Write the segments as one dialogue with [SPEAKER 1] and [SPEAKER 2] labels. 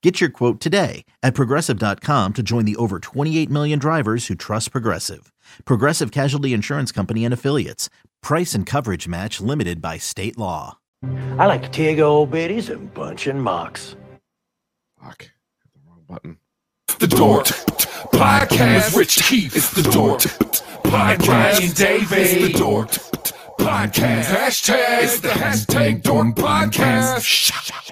[SPEAKER 1] Get your quote today at progressive.com to join the over 28 million drivers who trust Progressive. Progressive Casualty Insurance Company and Affiliates. Price and coverage match limited by state law.
[SPEAKER 2] I like to take old biddies and bunch and mocks.
[SPEAKER 3] Fuck. Hit the wrong button.
[SPEAKER 4] The Dork Podcast. Rich Keith. It's the Dork Podcast. Ryan Davis. It's the Dork Podcast. Hashtag. It's the hashtag Dork Podcast.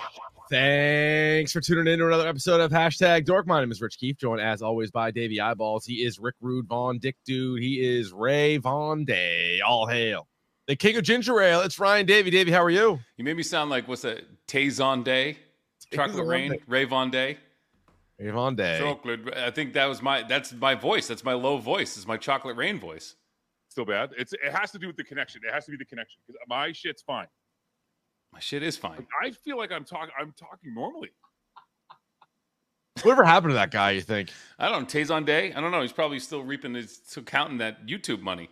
[SPEAKER 3] Thanks for tuning in to another episode of Hashtag Dork. My name is Rich Keefe, joined as always by Davey Eyeballs. He is Rick Rude Von Dick Dude. He is Ray Von Day. All hail. The king of ginger ale. It's Ryan Davey. Davey, how are you?
[SPEAKER 5] You made me sound like what's that? Tazon Day, Chocolate
[SPEAKER 3] Tazon
[SPEAKER 5] Rain,
[SPEAKER 3] Day.
[SPEAKER 5] Ray Von Day.
[SPEAKER 3] Ray Von Day.
[SPEAKER 5] Chocolate. I think that was my. That's my voice. That's my low voice. It's my Chocolate Rain voice.
[SPEAKER 6] still bad. It's it has to do with the connection. It has to be the connection because my shit's fine.
[SPEAKER 5] My shit is fine.
[SPEAKER 6] I feel like I'm talking. I'm talking normally.
[SPEAKER 3] Whatever happened to that guy, you think?
[SPEAKER 5] I don't know. Tazon Day. I don't know. He's probably still reaping. His, still counting that YouTube money.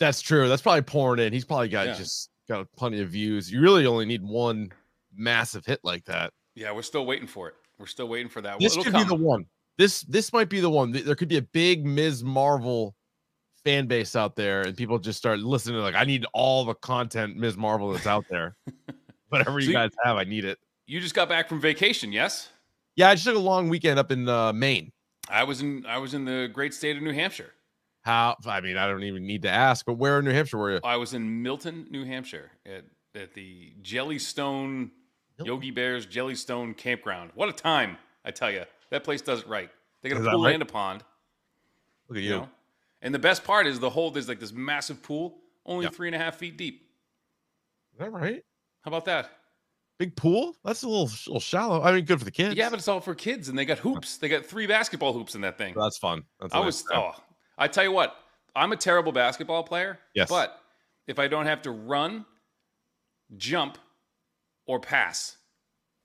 [SPEAKER 3] That's true. That's probably pouring in. He's probably got
[SPEAKER 5] Yeah.
[SPEAKER 3] just got plenty of views. You really only need one massive hit like that.
[SPEAKER 5] Yeah, we're still waiting for it. We're still waiting for that.
[SPEAKER 3] this
[SPEAKER 5] It'll
[SPEAKER 3] could
[SPEAKER 5] come.
[SPEAKER 3] be the one. This this might be the one. Th- There could be a big Ms. Marvel fan base out there, and people just start listening. Like, I need all the content Ms. Marvel that's out there. Whatever you
[SPEAKER 5] See-
[SPEAKER 3] guys have, I need it.
[SPEAKER 5] You just got back from vacation, yes?
[SPEAKER 3] Yeah, I just took a long weekend up in uh, Maine.
[SPEAKER 5] I was in. I was in the great state of New Hampshire.
[SPEAKER 3] How? I mean, I don't even need to ask. But where in New Hampshire were you?
[SPEAKER 5] I was in Milton, New Hampshire, at at the Jellystone
[SPEAKER 3] Milton.
[SPEAKER 5] Yogi Bears Jellystone Campground. What a time! I tell you, that place does it right. They got
[SPEAKER 3] Is
[SPEAKER 5] a
[SPEAKER 3] that
[SPEAKER 5] pool
[SPEAKER 3] right?
[SPEAKER 5] and a pond.
[SPEAKER 3] Look at
[SPEAKER 5] you
[SPEAKER 3] you.
[SPEAKER 5] know and the best part is the whole there's like this massive pool only
[SPEAKER 3] Yeah.
[SPEAKER 5] three and a half feet deep
[SPEAKER 3] Is that right?
[SPEAKER 5] how about that
[SPEAKER 3] Big pool. That's a little, sh- little shallow. I mean, good for the kids.
[SPEAKER 5] yeah but it's all for kids and they got hoops they got three basketball hoops in that thing
[SPEAKER 3] that's fun. That's
[SPEAKER 5] i
[SPEAKER 3] a nice
[SPEAKER 5] was
[SPEAKER 3] time.
[SPEAKER 5] oh i tell you what i'm a terrible basketball player
[SPEAKER 3] Yes.
[SPEAKER 5] but if i don't have to run jump or pass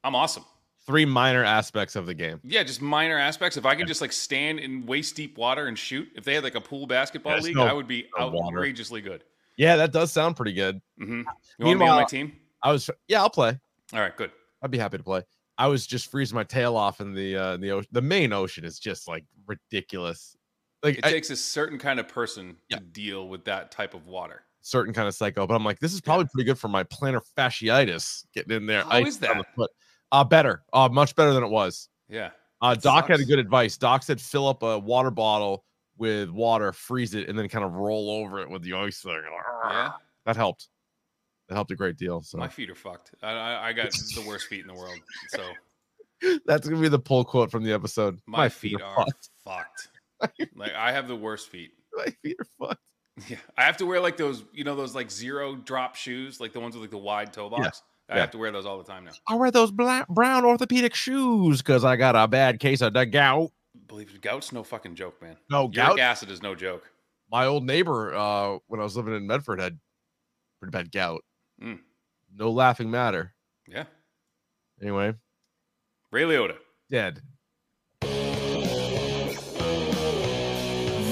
[SPEAKER 5] i'm awesome
[SPEAKER 3] three minor aspects of the game.
[SPEAKER 5] yeah just minor aspects if i could just like stand in waist deep water and shoot if they had like a pool basketball
[SPEAKER 3] Yes,
[SPEAKER 5] league
[SPEAKER 3] no-
[SPEAKER 5] i would be
[SPEAKER 3] no water.
[SPEAKER 5] outrageously good
[SPEAKER 3] Yeah, that does sound pretty good.
[SPEAKER 5] hmm you want to be on
[SPEAKER 3] Meanwhile-
[SPEAKER 5] my team
[SPEAKER 3] I was. Yeah, I'll play.
[SPEAKER 5] all right good
[SPEAKER 3] I'd be happy to play. I was just freezing my tail off in the uh, in the ocean. The main ocean is just like ridiculous, like
[SPEAKER 5] It
[SPEAKER 3] a
[SPEAKER 5] takes a certain kind of person
[SPEAKER 3] Yeah.
[SPEAKER 5] to deal with that type of water.
[SPEAKER 3] certain kind of psycho. But I'm like, this is probably pretty good for my plantar fasciitis getting in there.
[SPEAKER 5] How
[SPEAKER 3] I
[SPEAKER 5] is that?
[SPEAKER 3] Foot. Uh, better, uh, much better than it was.
[SPEAKER 5] Yeah.
[SPEAKER 3] Uh,
[SPEAKER 5] That
[SPEAKER 3] Doc had a
[SPEAKER 5] sucks.
[SPEAKER 3] good advice. Doc said fill up a water bottle with water, freeze it, and then kind of roll over it with the ice thing.
[SPEAKER 5] Yeah.
[SPEAKER 3] That helped. That helped a great deal. So
[SPEAKER 5] My feet are fucked. I, I, I got the worst feet in the world. So
[SPEAKER 3] that's gonna be the pull quote from the episode.
[SPEAKER 5] my, feet, are fucked. Like I have the worst feet.
[SPEAKER 3] My feet are fucked.
[SPEAKER 5] Yeah. I have to wear like those, you know, those like zero drop shoes, like the ones with like the wide toe
[SPEAKER 3] Yeah.
[SPEAKER 5] box. I
[SPEAKER 3] Yeah.
[SPEAKER 5] have to wear those all the time now.
[SPEAKER 3] I wear those black brown orthopedic shoes because I got a bad case of the gout.
[SPEAKER 5] Believe it, gout's no fucking joke, man.
[SPEAKER 3] No
[SPEAKER 5] Gout
[SPEAKER 3] gout.
[SPEAKER 5] acid is no joke.
[SPEAKER 3] My old neighbor, uh, when I was living in Medford, had pretty bad gout.
[SPEAKER 5] Mm.
[SPEAKER 3] No laughing matter.
[SPEAKER 5] Yeah.
[SPEAKER 3] Anyway,
[SPEAKER 5] Ray Liotta.
[SPEAKER 3] dead.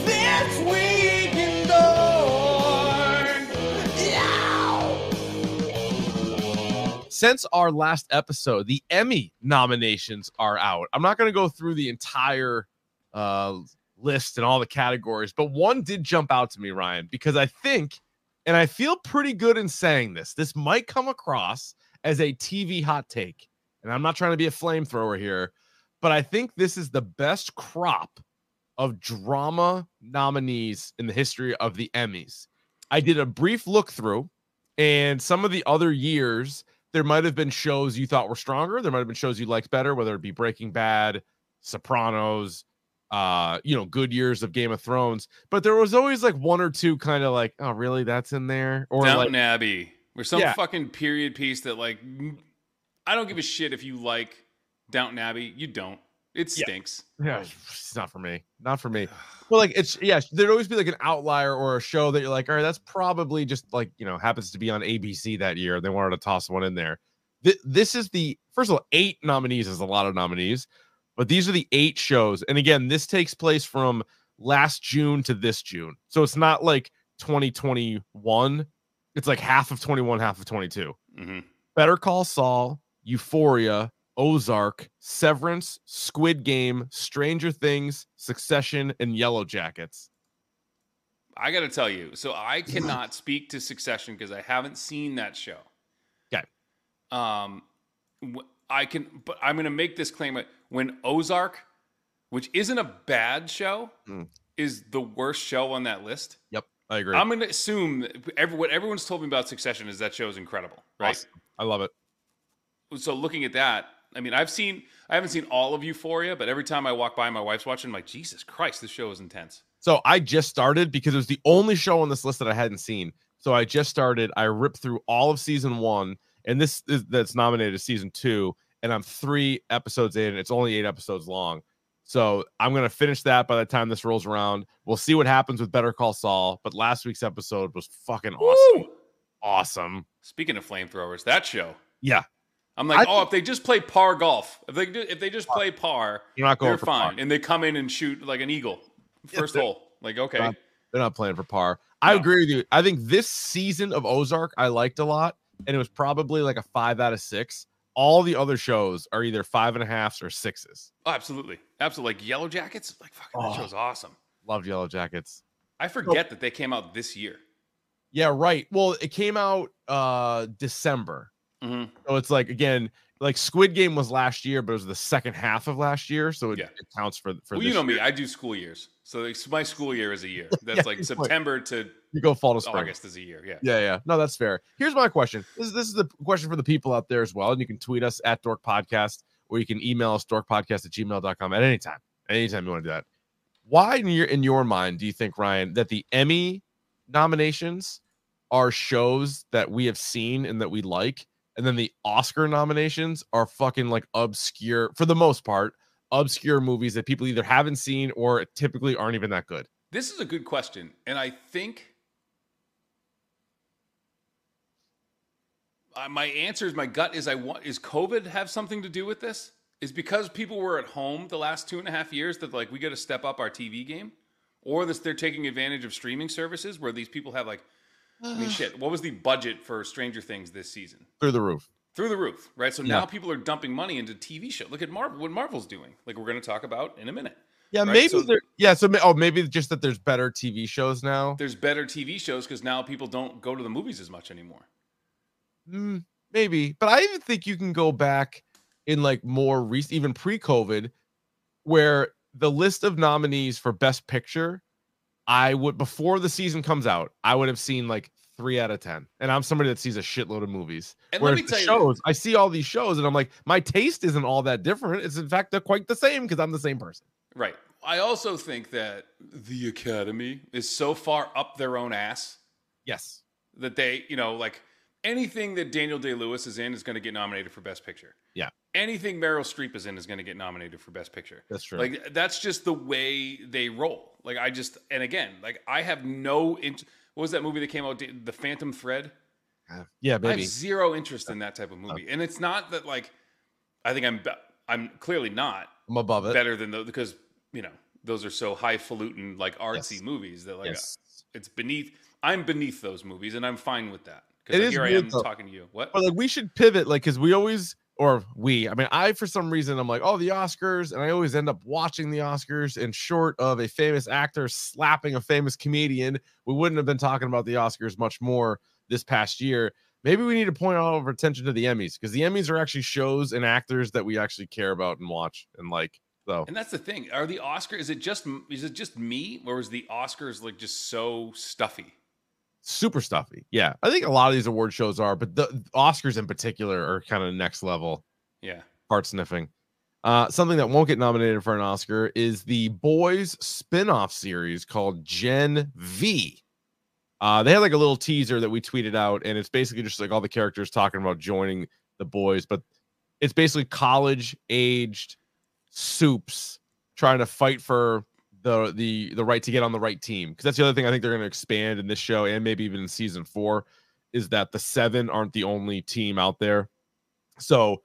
[SPEAKER 2] This week in Dork.
[SPEAKER 3] since our last episode, the Emmy nominations are out. I'm not going to go through the entire uh, list and all the categories, but one did jump out to me, Ryan, because I think, and I feel pretty good in saying this, this might come across as a TV hot take. And I'm not trying to be a flamethrower here, but I think this is the best crop of drama nominees in the history of the Emmys. I did a brief look through, and some of the other years, there might have been shows you thought were stronger. There might have been shows you liked better, whether it be Breaking Bad, Sopranos, uh, you know, good years of Game of Thrones. But there was always like one or two kind of like, oh, really? That's in there? Or
[SPEAKER 5] Downton
[SPEAKER 3] like,
[SPEAKER 5] Abbey or some
[SPEAKER 3] Yeah.
[SPEAKER 5] fucking period piece that like m- I don't give a shit if you like Downton Abbey. You don't. It
[SPEAKER 3] Yeah.
[SPEAKER 5] stinks.
[SPEAKER 3] yeah, it's not for me. Not for me. Well, like it's yeah, there'd always be like an outlier or a show that you're like, all right, that's probably just like you know happens to be on ABC that year. They wanted to toss one in there. Th- this is the first of all, eight nominees is a lot of nominees, but these are the eight shows. And again, this takes place from last June to this June, so it's not like 2021. It's like half of 21, half of 22.
[SPEAKER 5] hmm
[SPEAKER 3] Better Call Saul, Euphoria, Ozark, Severance, Squid Game, Stranger Things, Succession, and Yellow Jackets.
[SPEAKER 5] I got to tell you, so I cannot speak to Succession because I haven't seen that show.
[SPEAKER 3] Okay.
[SPEAKER 5] Um, wh- I can, but I'm going to make this claim like, when Ozark, which isn't a bad show,
[SPEAKER 3] Mm.
[SPEAKER 5] is the worst show on that list.
[SPEAKER 3] Yep, I agree.
[SPEAKER 5] I'm going to assume that every, what everyone's told me about Succession is that show is incredible, right?
[SPEAKER 3] Awesome. I love it.
[SPEAKER 5] so looking at that, I mean, I've seen, I haven't seen all of Euphoria, but every time I walk by, my wife's watching. I'm like, Jesus Christ, this show is intense.
[SPEAKER 3] So I just started because it was the only show on this list that I hadn't seen. So I just started. I ripped through all of season one, and this is that's nominated as season two. And I'm three episodes in. It's only eight episodes long. So I'm gonna finish that by the time this rolls around. We'll see what happens with Better Call Saul. But last week's episode was fucking awesome. Awesome.
[SPEAKER 5] Speaking of flamethrowers, that show.
[SPEAKER 3] Yeah.
[SPEAKER 5] I'm like,
[SPEAKER 3] I-
[SPEAKER 5] oh, if they just play par golf, if they do, if they just play par,
[SPEAKER 3] You're not going
[SPEAKER 5] they're
[SPEAKER 3] for
[SPEAKER 5] fine,
[SPEAKER 3] par.
[SPEAKER 5] and they come in and shoot like an eagle, first hole. Like, okay,
[SPEAKER 3] Not- They're not playing for par. I
[SPEAKER 5] No.
[SPEAKER 3] agree with you. I think this season of Ozark I liked a lot, and it was probably like a five out of six. All the other shows are either five and a halfs or sixes.
[SPEAKER 5] Oh, absolutely, absolutely. Like Yellow Jackets, like fucking that
[SPEAKER 3] Oh.
[SPEAKER 5] show's awesome.
[SPEAKER 3] Loved Yellow Jackets.
[SPEAKER 5] I forget that they came out this year.
[SPEAKER 3] Yeah, right. Well, it came out uh December.
[SPEAKER 5] Mhm.
[SPEAKER 3] So it's like again, like Squid Game was last year, but it was the second half of last year. So it,
[SPEAKER 5] Yeah.
[SPEAKER 3] it counts for for
[SPEAKER 5] Well,
[SPEAKER 3] this
[SPEAKER 5] you know me,
[SPEAKER 3] year.
[SPEAKER 5] I do school years, so it's- my school year is a year. That's
[SPEAKER 3] Yeah,
[SPEAKER 5] like
[SPEAKER 3] it's like-
[SPEAKER 5] September to
[SPEAKER 3] You go fall to spring.
[SPEAKER 5] August is a year. Yeah.
[SPEAKER 3] Yeah, yeah. No, that's fair. Here's my question. This is this is the question for the people out there as well. And you can tweet us at Dork Podcast or you can email us dorkpodcast at gmail.com at any time. Anytime you want to do that. Why in your in your mind do you think, Ryan, that the Emmy nominations are shows that we have seen and that we like? And then the Oscar nominations are fucking like obscure for the most part, obscure movies that people either haven't seen or typically aren't even that good.
[SPEAKER 5] This is a good question, and I think uh, my answer is my gut is I want is COVID have something to do with this? Is because people were at home the last two and a half years that like we got to step up our TV game, or this they're taking advantage of streaming services where these people have like, I mean, shit. What was the budget for Stranger Things this season?
[SPEAKER 3] Through the roof.
[SPEAKER 5] Through the roof, right? So
[SPEAKER 3] Yeah.
[SPEAKER 5] now people are dumping money into TV show. Look at Marvel, what Marvel's doing. Like we're going to talk about in a minute.
[SPEAKER 3] Yeah,
[SPEAKER 5] right?
[SPEAKER 3] maybe
[SPEAKER 5] So-
[SPEAKER 3] there. Yeah, so ma- oh, maybe just that there's better TV shows now.
[SPEAKER 5] There's better TV shows because now people don't go to the movies as much anymore.
[SPEAKER 3] Mm, maybe, but I even think you can go back in like more recent, even pre-COVID, where the list of nominees for Best Picture, I would before the season comes out, I would have seen like three out of ten, and I'm somebody that sees a shitload of movies.
[SPEAKER 5] And let
[SPEAKER 3] Whereas
[SPEAKER 5] me
[SPEAKER 3] the
[SPEAKER 5] tell you,
[SPEAKER 3] shows, I see all these shows, and I'm like, my taste isn't all that different. It's in fact they're quite the same because I'm the same person.
[SPEAKER 5] right. I also think that the Academy is so far up their own ass
[SPEAKER 3] Yes.
[SPEAKER 5] that they, you know, like anything that Daniel Day Lewis is in is going to get nominated for Best Picture.
[SPEAKER 3] Yeah.
[SPEAKER 5] Anything Meryl Streep is in is going to get nominated for Best Picture.
[SPEAKER 3] That's true.
[SPEAKER 5] Like that's just the way they roll. Like I just, and again, like I have no. Int- what was that movie that came out? The Phantom Thread.
[SPEAKER 3] yeah,
[SPEAKER 5] I
[SPEAKER 3] maybe. Uh.
[SPEAKER 5] have zero interest in that type of movie, and it's not that like I think I'm be- I'm clearly not
[SPEAKER 3] I'm above it.
[SPEAKER 5] better than those because you know those are so highfalutin like artsy
[SPEAKER 3] Yes.
[SPEAKER 5] movies that like
[SPEAKER 3] Yes.
[SPEAKER 5] it's beneath I'm beneath those movies, and I'm fine with that. Because
[SPEAKER 3] It
[SPEAKER 5] like,
[SPEAKER 3] is
[SPEAKER 5] here I
[SPEAKER 3] weird,
[SPEAKER 5] am
[SPEAKER 3] though.
[SPEAKER 5] talking to you. What?
[SPEAKER 3] But like we should pivot, like because we always or we, I mean, I for some reason I'm like, oh, the Oscars, and I always end up watching the Oscars. And short of a famous actor slapping a famous comedian, we wouldn't have been talking about the Oscars much more this past year. Maybe we need to point all of our attention to the Emmys because the Emmys are actually shows and actors that we actually care about and watch and like. So
[SPEAKER 5] And that's the thing. Are the Oscar? Is it just? Is it just me, or is the Oscars like just so stuffy?
[SPEAKER 3] super stuffy. Yeah, I think a lot of these award shows are, but the Oscars in particular are kind of next level.
[SPEAKER 5] Yeah.
[SPEAKER 3] Part sniffing. Uh, something that won't get nominated for an Oscar is the Boys spin-off series called Gen V. Uh, they had like a little teaser that we tweeted out, and it's basically just like all the characters talking about joining the boys, but it's basically college aged soups trying to fight for the the the right to get on the right team because that's the other thing I think they're going to expand in this show and maybe even in season four is that the seven aren't the only team out there, so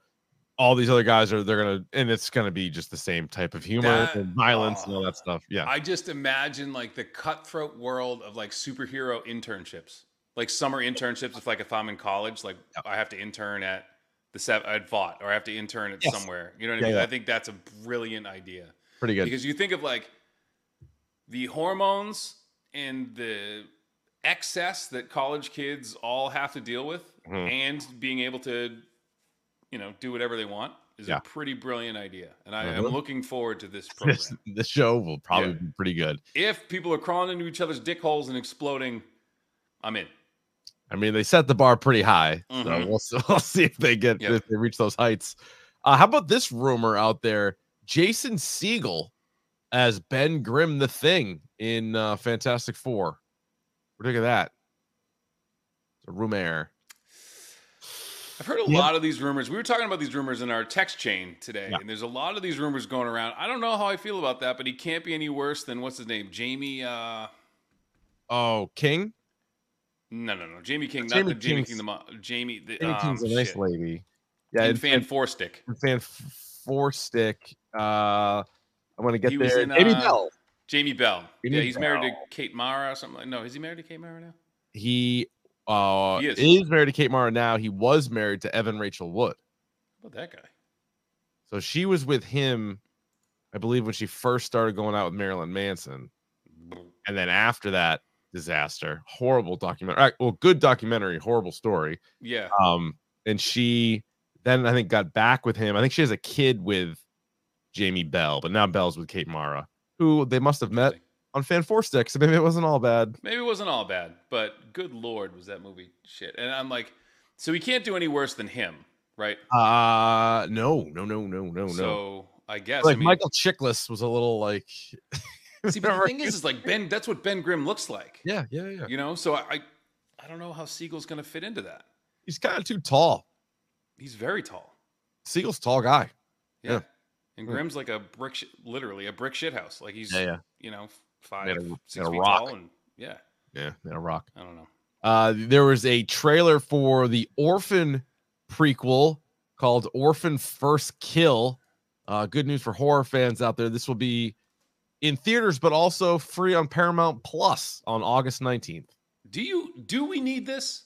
[SPEAKER 3] all these other guys are they're gonna and it's gonna be just the same type of humor
[SPEAKER 5] That- oh,
[SPEAKER 3] and violence and all that stuff. Yeah,
[SPEAKER 5] I just imagine like the cutthroat world of like superhero internships, like summer internships. If like if I'm in college, like I have to intern at the seven I'd fought, or I have to intern at
[SPEAKER 3] Yes.
[SPEAKER 5] somewhere. You know what I
[SPEAKER 3] Yeah,
[SPEAKER 5] mean?
[SPEAKER 3] yeah.
[SPEAKER 5] I think that's a brilliant idea
[SPEAKER 3] pretty good.
[SPEAKER 5] because you think of like the hormones and the excess that college kids all have to deal with,
[SPEAKER 3] Mhm.
[SPEAKER 5] and being able to, you know, do whatever they want is
[SPEAKER 3] Yeah.
[SPEAKER 5] a pretty brilliant idea, and I,
[SPEAKER 3] Mhm.
[SPEAKER 5] I'm looking forward to this program
[SPEAKER 3] This the show will probably
[SPEAKER 5] Yeah.
[SPEAKER 3] be pretty good.
[SPEAKER 5] if people are crawling into each other's dick holes and exploding, I'm in.
[SPEAKER 3] I mean, they set the bar pretty high, so
[SPEAKER 5] Mhm.
[SPEAKER 3] we'll, s- we'll see if they get
[SPEAKER 5] Yep.
[SPEAKER 3] if they reach those heights. Uh, how about this rumor out there? Jason Siegel as Ben Grimm, the Thing in uh, Fantastic Four. Look at that. It's a rumor.
[SPEAKER 5] I've heard a
[SPEAKER 3] Yeah.
[SPEAKER 5] lot of these rumors. We were talking about these rumors in our text chain today,
[SPEAKER 3] Yeah.
[SPEAKER 5] and there's a lot of these rumors going around. I don't know how I feel about that, but he can't be any worse than what's his name, Jamie. Uh,
[SPEAKER 3] Oh, King.
[SPEAKER 5] no, no, no, Jamie King,
[SPEAKER 3] Jamie
[SPEAKER 5] not the Jamie
[SPEAKER 3] King's-
[SPEAKER 5] King, the mo- Jamie. The,
[SPEAKER 3] King
[SPEAKER 5] um,
[SPEAKER 3] King's a nice
[SPEAKER 5] shit.
[SPEAKER 3] lady. Yeah,
[SPEAKER 5] In
[SPEAKER 3] and
[SPEAKER 5] Fan Four Stick,
[SPEAKER 3] fan F- four stick. Uh, I'm gonna get
[SPEAKER 5] He was
[SPEAKER 3] there.
[SPEAKER 5] in,
[SPEAKER 3] Amy
[SPEAKER 5] uh,
[SPEAKER 3] Bell.
[SPEAKER 5] Jamie Bell.
[SPEAKER 3] Jamie
[SPEAKER 5] yeah, he's married to
[SPEAKER 3] Bell.
[SPEAKER 5] Kate Mara or something. Like, no, is he married to Kate Mara now?
[SPEAKER 3] He uh
[SPEAKER 5] He
[SPEAKER 3] is.
[SPEAKER 5] is.
[SPEAKER 3] married to Kate Mara now. He was married to Evan Rachel Wood.
[SPEAKER 5] How about that guy?
[SPEAKER 3] So she was with him, I believe, when she first started going out with Marilyn Manson. And then after that, disaster. Horrible documentary. Well, good documentary, horrible story.
[SPEAKER 5] Yeah,
[SPEAKER 3] Um, and she then I think got back with him. I think she has a kid with Jamie Bell, but now Bell's with Kate Mara, who they must have met on Fan Four Sticks. So maybe it wasn't all bad.
[SPEAKER 5] Maybe it wasn't all bad, but good lord, was that movie shit? And I'm like, so he can't do any worse than him, right?
[SPEAKER 3] Uh no, no, no, no, Oh, no, no.
[SPEAKER 5] So I guess
[SPEAKER 3] Like
[SPEAKER 5] I mean,
[SPEAKER 3] Michael Chiklis was a little like
[SPEAKER 5] see, but the thing is, is like Ben. That's what Ben Grimm looks like,
[SPEAKER 3] Yeah, yeah, yeah.
[SPEAKER 5] you know. So I, I, I don't know how Siegel's going to fit into that.
[SPEAKER 3] He's kind of too tall.
[SPEAKER 5] He's very tall.
[SPEAKER 3] Siegel's a tall guy.
[SPEAKER 5] Yeah.
[SPEAKER 3] Yeah.
[SPEAKER 5] And
[SPEAKER 3] Hmm.
[SPEAKER 5] Grimm's like a brick, sh- literally a brick shit house. Like he's,
[SPEAKER 3] yeah.
[SPEAKER 5] you know, five,
[SPEAKER 3] Made a-
[SPEAKER 5] six
[SPEAKER 3] made a
[SPEAKER 5] feet
[SPEAKER 3] rock.
[SPEAKER 5] tall, and yeah,
[SPEAKER 3] Yeah, man, a rock.
[SPEAKER 5] I don't know.
[SPEAKER 3] Uh, there was a trailer for the Orphan prequel called Orphan First Kill. Uh, good news for horror fans out there. This will be in theaters, but also free on Paramount Plus on August 19th.
[SPEAKER 5] Do you? Do we need this?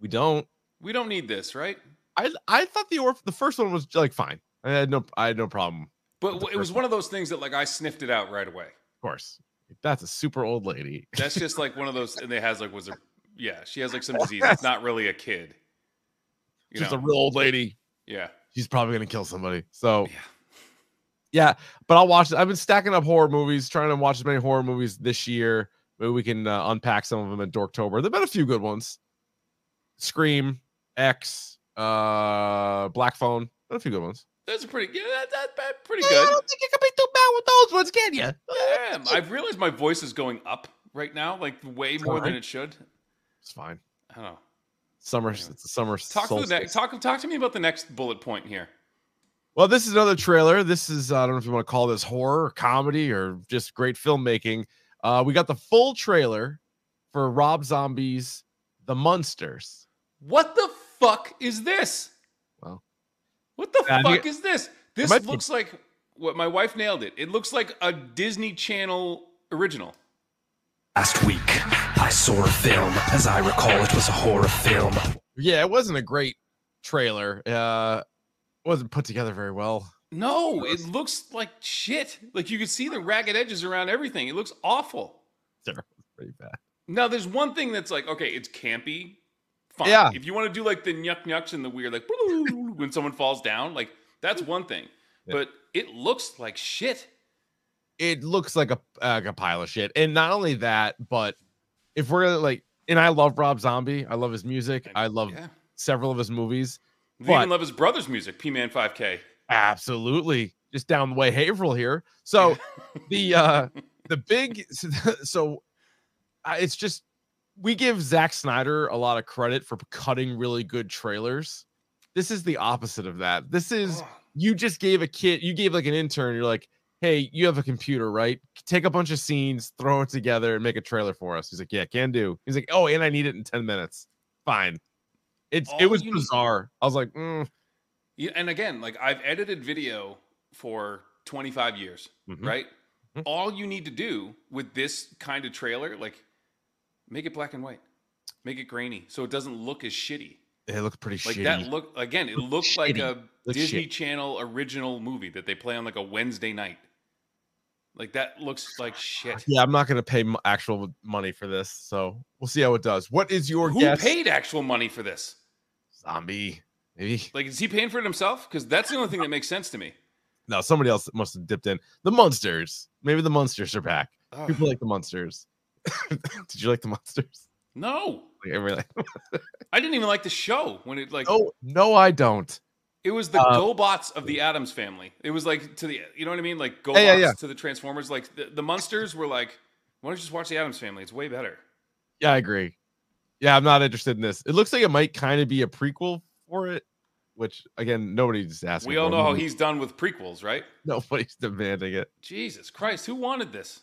[SPEAKER 3] We don't.
[SPEAKER 5] We don't need this, right?
[SPEAKER 3] I I thought the orph- the first one was like fine. I had no I had no problem. Of
[SPEAKER 5] But
[SPEAKER 3] The
[SPEAKER 5] w- it was
[SPEAKER 3] first
[SPEAKER 5] one of those things that like I sniffed it out right away.
[SPEAKER 3] course, that's a super old lady.
[SPEAKER 5] That's just like one of those, and they has like was a yeah, she has like some disease. It's not really a kid. You
[SPEAKER 3] Just
[SPEAKER 5] know?
[SPEAKER 3] a real old lady.
[SPEAKER 5] yeah.
[SPEAKER 3] She's probably gonna kill somebody. So
[SPEAKER 5] Yeah.
[SPEAKER 3] yeah, but I'll watch. it. I've been stacking up horror movies, trying to watch as many horror movies this year. Maybe we can uh, unpack some of them in Dorktober. There've been a few good ones. Scream, X, uh, Black Phone. Been a few good ones.
[SPEAKER 5] That's a pretty yeah, that, that, that pretty
[SPEAKER 3] Hey, I
[SPEAKER 5] good.
[SPEAKER 3] don't think you can be too bad with those ones, can you?
[SPEAKER 5] Damn, I've realized my voice is going up right now, like way more
[SPEAKER 3] alright.
[SPEAKER 5] than it should.
[SPEAKER 3] It's fine.
[SPEAKER 5] I don't know.
[SPEAKER 3] Summer.
[SPEAKER 5] Anyway.
[SPEAKER 3] It's a summer.
[SPEAKER 5] Talk to the
[SPEAKER 3] solstice.
[SPEAKER 5] next. Talk talk to me about the next bullet point here.
[SPEAKER 3] Well, this is another trailer. This is, uh, I don't know if you want to call this horror or comedy or just great filmmaking. Uh, we got the full trailer for Rob Zombie's The Munsters.
[SPEAKER 5] What the fuck is this?
[SPEAKER 3] Well.
[SPEAKER 5] what the
[SPEAKER 3] Yeah, I think
[SPEAKER 5] fuck is this? This
[SPEAKER 3] might be-
[SPEAKER 5] looks like what my wife nailed it. It looks like a Disney Channel original.
[SPEAKER 4] Last week,
[SPEAKER 7] I saw a film. As I recall, it was a horror film.
[SPEAKER 3] Yeah, it wasn't a great trailer. Uh, wasn't put together very well.
[SPEAKER 5] No, it looks like shit. Like you can see the ragged edges around everything. It looks awful.
[SPEAKER 3] Pretty bad.
[SPEAKER 5] Now there's one thing that's like, okay, it's campy. Fine.
[SPEAKER 3] Yeah.
[SPEAKER 5] If you want to do like the nyuk nyuks and the weird like when someone falls down, like that's one thing.
[SPEAKER 3] Yeah.
[SPEAKER 5] But it looks like shit.
[SPEAKER 3] it looks like a like a pile of shit. And not only that, but if we're like, and I love Rob Zombie, I love his music, I love
[SPEAKER 5] Yeah.
[SPEAKER 3] several of his movies.
[SPEAKER 5] They
[SPEAKER 3] But-
[SPEAKER 5] even love his brother's music, P Man 5K.
[SPEAKER 3] Absolutely, just down the way, Haverhill here. So the uh the big so, so I- it's just we give Zack Snyder a lot of credit for cutting really good trailers. This is the opposite of that. This is
[SPEAKER 5] Ugh.
[SPEAKER 3] you just gave a kid, you gave like an intern, you're like, hey, you have a computer, right? Take a bunch of scenes, throw it together, and make a trailer for us. He's like, yeah, can do. He's like, oh, and I need it in 10 minutes. Fine. It's it
[SPEAKER 5] All
[SPEAKER 3] was
[SPEAKER 5] you need-
[SPEAKER 3] bizarre. I was like, mm,
[SPEAKER 5] Yeah, and again, like I've edited video for 25 years,
[SPEAKER 3] Mhm.
[SPEAKER 5] right?
[SPEAKER 3] Mhm.
[SPEAKER 5] All you need to do with this kind of trailer, like make it black and white, make it grainy so it doesn't look as shitty.
[SPEAKER 3] it looked pretty
[SPEAKER 5] Like
[SPEAKER 3] shitty.
[SPEAKER 5] that look again, it looked like a
[SPEAKER 3] Looks
[SPEAKER 5] Disney
[SPEAKER 3] shitty.
[SPEAKER 5] Channel original movie that they play on like a Wednesday night. Like that looks like shit.
[SPEAKER 3] yeah, I'm not gonna pay m- actual money for this, so we'll see how it does. What is your
[SPEAKER 5] Who
[SPEAKER 3] guess?
[SPEAKER 5] paid actual money for this?
[SPEAKER 3] Zombie, maybe
[SPEAKER 5] Like, is he paying for it himself? Because that's the only thing that makes sense to me.
[SPEAKER 3] no, somebody else must have dipped in. The monsters, maybe the monsters are back.
[SPEAKER 5] Ugh.
[SPEAKER 3] People like the monsters. Did you like the monsters?
[SPEAKER 5] No,
[SPEAKER 3] Like, everybody like,
[SPEAKER 5] I didn't even like the show when it like
[SPEAKER 3] oh no, I don't.
[SPEAKER 5] It was the
[SPEAKER 3] Uh,
[SPEAKER 5] GoBots of the Adams family. It was like to the you know what I mean, like GoBots
[SPEAKER 3] yeah, yeah.
[SPEAKER 5] to the Transformers. Like the, the Munsters were like, why don't you just watch the Adams family? It's way better.
[SPEAKER 3] Yeah, I agree. Yeah, I'm not interested in this. It looks like it might kind of be a prequel for it, which again, nobody's asking.
[SPEAKER 5] we all
[SPEAKER 3] for.
[SPEAKER 5] know how he's done with prequels, right?
[SPEAKER 3] nobody's demanding it.
[SPEAKER 5] Jesus Christ, who wanted this?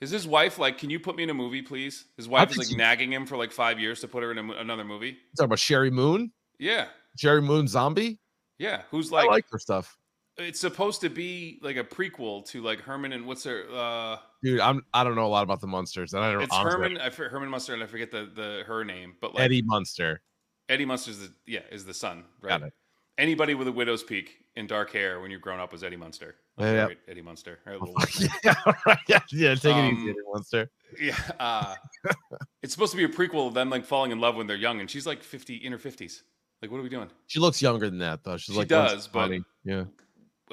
[SPEAKER 5] Is his wife like, can you put me in a movie, please? His wife is
[SPEAKER 3] did
[SPEAKER 5] like
[SPEAKER 3] you-
[SPEAKER 5] nagging him for like five years to put her in a mo- another movie.
[SPEAKER 3] talking about Sherry Moon,
[SPEAKER 5] Yeah,
[SPEAKER 3] Sherry Moon zombie.
[SPEAKER 5] yeah. Who's like,
[SPEAKER 3] I like her stuff.
[SPEAKER 5] it's supposed to be like a prequel to like Herman and what's her? Uh,
[SPEAKER 3] dude i'm i don't know a lot about the monsters and i don't
[SPEAKER 5] it's
[SPEAKER 3] honestly,
[SPEAKER 5] Herman. I, for- Herman Munster, and I forget the the her name, but like
[SPEAKER 3] eddie munster
[SPEAKER 5] Eddie Munster's the yeah is the son, right?
[SPEAKER 3] Got it.
[SPEAKER 5] Anybody with a widow's peak and dark hair when you're grown up was Eddie Munster. Let's
[SPEAKER 3] Oh, Yeah. Oh,
[SPEAKER 5] celebrate Eddie Munster. All right, little-
[SPEAKER 3] yeah, right, yeah yeah take it
[SPEAKER 5] Um,
[SPEAKER 3] easy eddie munster
[SPEAKER 5] yeah. Uh, it's supposed to be a prequel of them like falling in love when they're young, and she's like 50 in her 50s. Like, what are we doing?
[SPEAKER 3] she looks younger than that though she's
[SPEAKER 5] she
[SPEAKER 3] like
[SPEAKER 5] does, but-
[SPEAKER 3] 120. yeah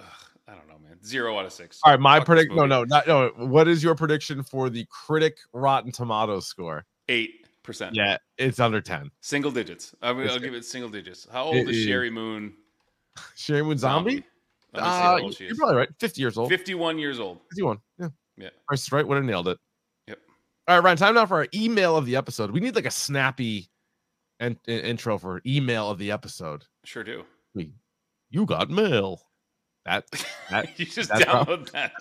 [SPEAKER 5] Ugh, I don't know, man. Zero out of six.
[SPEAKER 3] all right my
[SPEAKER 5] Fuck this
[SPEAKER 3] predict no
[SPEAKER 5] movie.
[SPEAKER 3] no not, no what is your prediction for the critic rotten tomatoes score
[SPEAKER 5] Eight percent.
[SPEAKER 3] yeah it's under 10
[SPEAKER 5] Single digits. I mean,
[SPEAKER 3] It's-
[SPEAKER 5] I'll give it single digits. How old
[SPEAKER 3] It
[SPEAKER 5] is
[SPEAKER 3] is-
[SPEAKER 5] Sherry Moon?
[SPEAKER 3] sherry moon zombie
[SPEAKER 5] Let me see how
[SPEAKER 3] Uh,
[SPEAKER 5] old she
[SPEAKER 3] you're
[SPEAKER 5] is.
[SPEAKER 3] probably right 50 years old
[SPEAKER 5] 51 years old.
[SPEAKER 3] 51 yeah
[SPEAKER 5] Yeah.
[SPEAKER 3] Price is right would have nailed it
[SPEAKER 5] Yep.
[SPEAKER 3] all right ryan time now for our email of the episode we need like a snappy and intro for email of the episode
[SPEAKER 5] Sure do.
[SPEAKER 3] you got mail. That That-
[SPEAKER 5] you just
[SPEAKER 3] that's rough.
[SPEAKER 5] download that.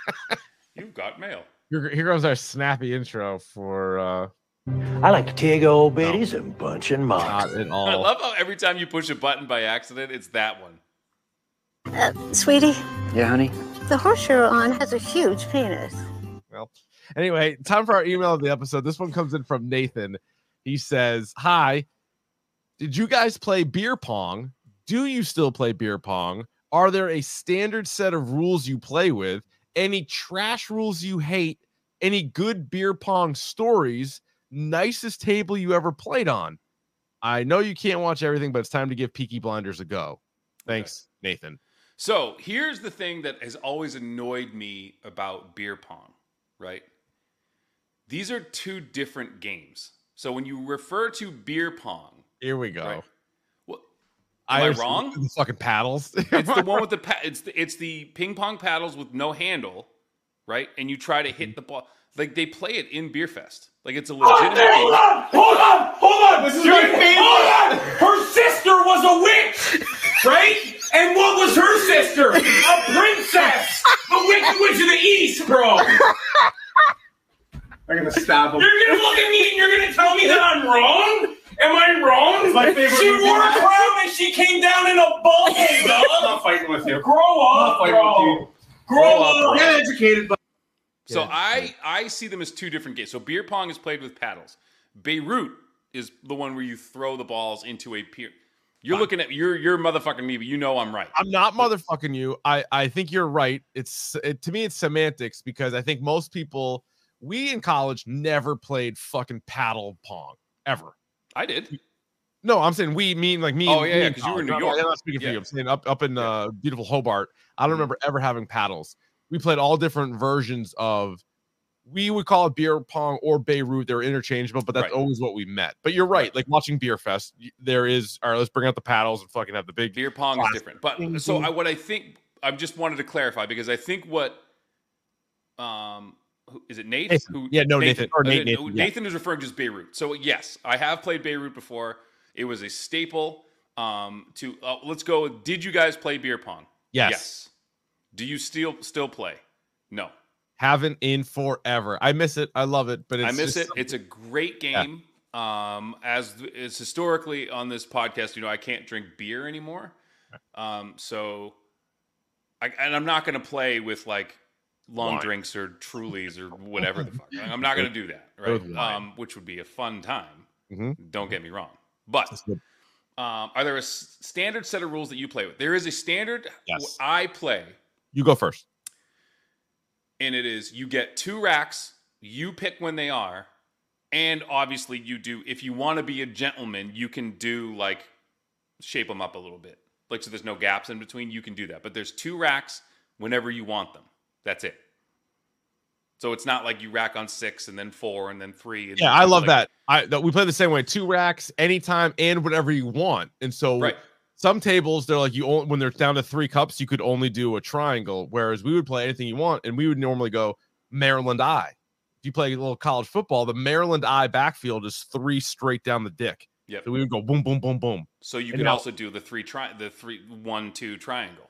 [SPEAKER 5] You've got mail.
[SPEAKER 3] here, here goes our snappy intro for uh
[SPEAKER 2] I like to take old biddies and punch and mock.
[SPEAKER 3] not at
[SPEAKER 5] I
[SPEAKER 3] all.
[SPEAKER 5] love how every time you push a button by accident, it's that one.
[SPEAKER 8] Sweetie,
[SPEAKER 9] Yeah, honey?
[SPEAKER 8] the horse you're on has a huge penis.
[SPEAKER 3] anyway, time for our email of the episode. This one comes in from Nathan. He says, "Hi, did you guys play beer pong? Do you still play beer pong? Are there a standard set of rules you play with? Any trash rules you hate? Any good beer pong stories? Nicest table you ever played on? I know you can't watch everything, but it's time to give Peaky Blinders a go. Thanks, Nathan.
[SPEAKER 5] So here's the thing that has always annoyed me about beer pong, right? These are two different games. So when you refer to beer pong,
[SPEAKER 3] Here we go.
[SPEAKER 5] right? Well, Am I
[SPEAKER 3] was-
[SPEAKER 5] wrong?
[SPEAKER 3] The fucking paddles.
[SPEAKER 5] it's the one with the pa- it's the, it's the ping pong paddles with no handle, right? And you try to hit the ball. Like they play it in Beer Fest. Like it's a legitimate game.
[SPEAKER 4] on, hold on, hold on. hold on. Her sister was a witch, right? And what was her sister? A princess. The Wicked Witch of the East, bro.
[SPEAKER 10] I'm gonna stab him.
[SPEAKER 4] You're gonna look at me and you're gonna tell me that I'm wrong. Am I wrong?
[SPEAKER 10] my favorite
[SPEAKER 4] she
[SPEAKER 10] movie.
[SPEAKER 4] wore a crown and she came down in a ballroom. dog.
[SPEAKER 10] I'm not fighting with you.
[SPEAKER 4] Grow
[SPEAKER 10] I'm not
[SPEAKER 4] up,
[SPEAKER 10] fighting
[SPEAKER 4] bro.
[SPEAKER 10] with you.
[SPEAKER 4] Grow
[SPEAKER 5] Grow up,
[SPEAKER 4] up.
[SPEAKER 10] Get educated, but
[SPEAKER 5] So
[SPEAKER 3] Yeah,
[SPEAKER 5] I I see them as two different games. So beer pong is played with paddles. Beirut is the one where you throw the balls into a pier. You're looking at you're you're motherfucking me, but you know I'm right.
[SPEAKER 3] I'm not motherfucking you. I I think you're right. It's it, to me it's semantics because I think most people we in college never played fucking paddle pong ever.
[SPEAKER 5] I did.
[SPEAKER 3] No, I'm saying we mean like me.
[SPEAKER 5] Oh,
[SPEAKER 3] and-
[SPEAKER 5] yeah,
[SPEAKER 3] me
[SPEAKER 5] yeah,
[SPEAKER 3] in
[SPEAKER 5] 'cause you were in
[SPEAKER 3] college.
[SPEAKER 5] New
[SPEAKER 3] I'm not- I'm
[SPEAKER 5] York.
[SPEAKER 3] not speaking for
[SPEAKER 5] Yeah.
[SPEAKER 3] you. I'm saying up up in
[SPEAKER 5] Yeah.
[SPEAKER 3] uh,
[SPEAKER 5] Mm-hmm.
[SPEAKER 3] beautiful Hobart. I don't remember ever having paddles. We played all different versions of. We would call it beer pong or Beirut. They're interchangeable, but that's
[SPEAKER 5] Right.
[SPEAKER 3] always what we met. But you're right.
[SPEAKER 5] Right.
[SPEAKER 3] Like watching Beer Fest, y- there is all right. Let's bring out the paddles and fucking have the big.
[SPEAKER 5] Beer pong is
[SPEAKER 3] Classic.
[SPEAKER 5] different. But so I what I think I just wanted to clarify because I think what um who, is it Nate?
[SPEAKER 3] Nathan. Yeah, no, Nathan. Or
[SPEAKER 5] Uh,
[SPEAKER 3] Nate,
[SPEAKER 5] Nathan,
[SPEAKER 3] Nathan, yeah.
[SPEAKER 5] is referring to as Beirut. So yes, I have played Beirut before. It was a staple. Um to uh, let's go. with, Did you guys play beer pong?
[SPEAKER 3] Yes.
[SPEAKER 5] Do you still still play? No.
[SPEAKER 3] haven't in forever. I miss it. I love it, but it's
[SPEAKER 5] I miss it.
[SPEAKER 3] just-
[SPEAKER 5] It's a great game. Um, as th- is historically on this podcast, you know, I can't drink beer anymore. Um, so, I, and I'm not going to play with like long
[SPEAKER 6] Wine.
[SPEAKER 5] drinks or Trulies or whatever the fuck. I'm not going to do that,
[SPEAKER 3] With
[SPEAKER 5] right?
[SPEAKER 3] wine.
[SPEAKER 5] Um, which would be a fun time.
[SPEAKER 3] Mhm.
[SPEAKER 5] Don't get me wrong, but
[SPEAKER 3] It's good.
[SPEAKER 5] um, are there a s- standard set of rules that you play with? There is a standard
[SPEAKER 3] Yes.
[SPEAKER 5] I play
[SPEAKER 3] you go first.
[SPEAKER 5] and it is you get two racks, you pick when they are, and obviously you do. If you want to be a gentleman, you can do like shape them up a little bit, like so there's no gaps in between. You can do that, but there's two racks whenever you want them. That's it. So it's not like you rack on six and then four and then three. And
[SPEAKER 3] Yeah,
[SPEAKER 5] then
[SPEAKER 3] I
[SPEAKER 5] two,
[SPEAKER 3] love
[SPEAKER 5] like-
[SPEAKER 3] that. I that we play the same way. Two racks, anytime, and whatever you want. And so
[SPEAKER 5] Right.
[SPEAKER 3] some tables they're like you only, when they're down to three cups, you could only do a triangle. Whereas we would play anything you want, and we would normally go Maryland Eye. If you play a little college football, the Maryland Eye backfield is three straight down the dick.
[SPEAKER 5] Yep.
[SPEAKER 3] So we would go boom, boom, boom, boom.
[SPEAKER 5] So you
[SPEAKER 3] And
[SPEAKER 5] could
[SPEAKER 3] now-
[SPEAKER 5] also do the three tri- the three one two triangle,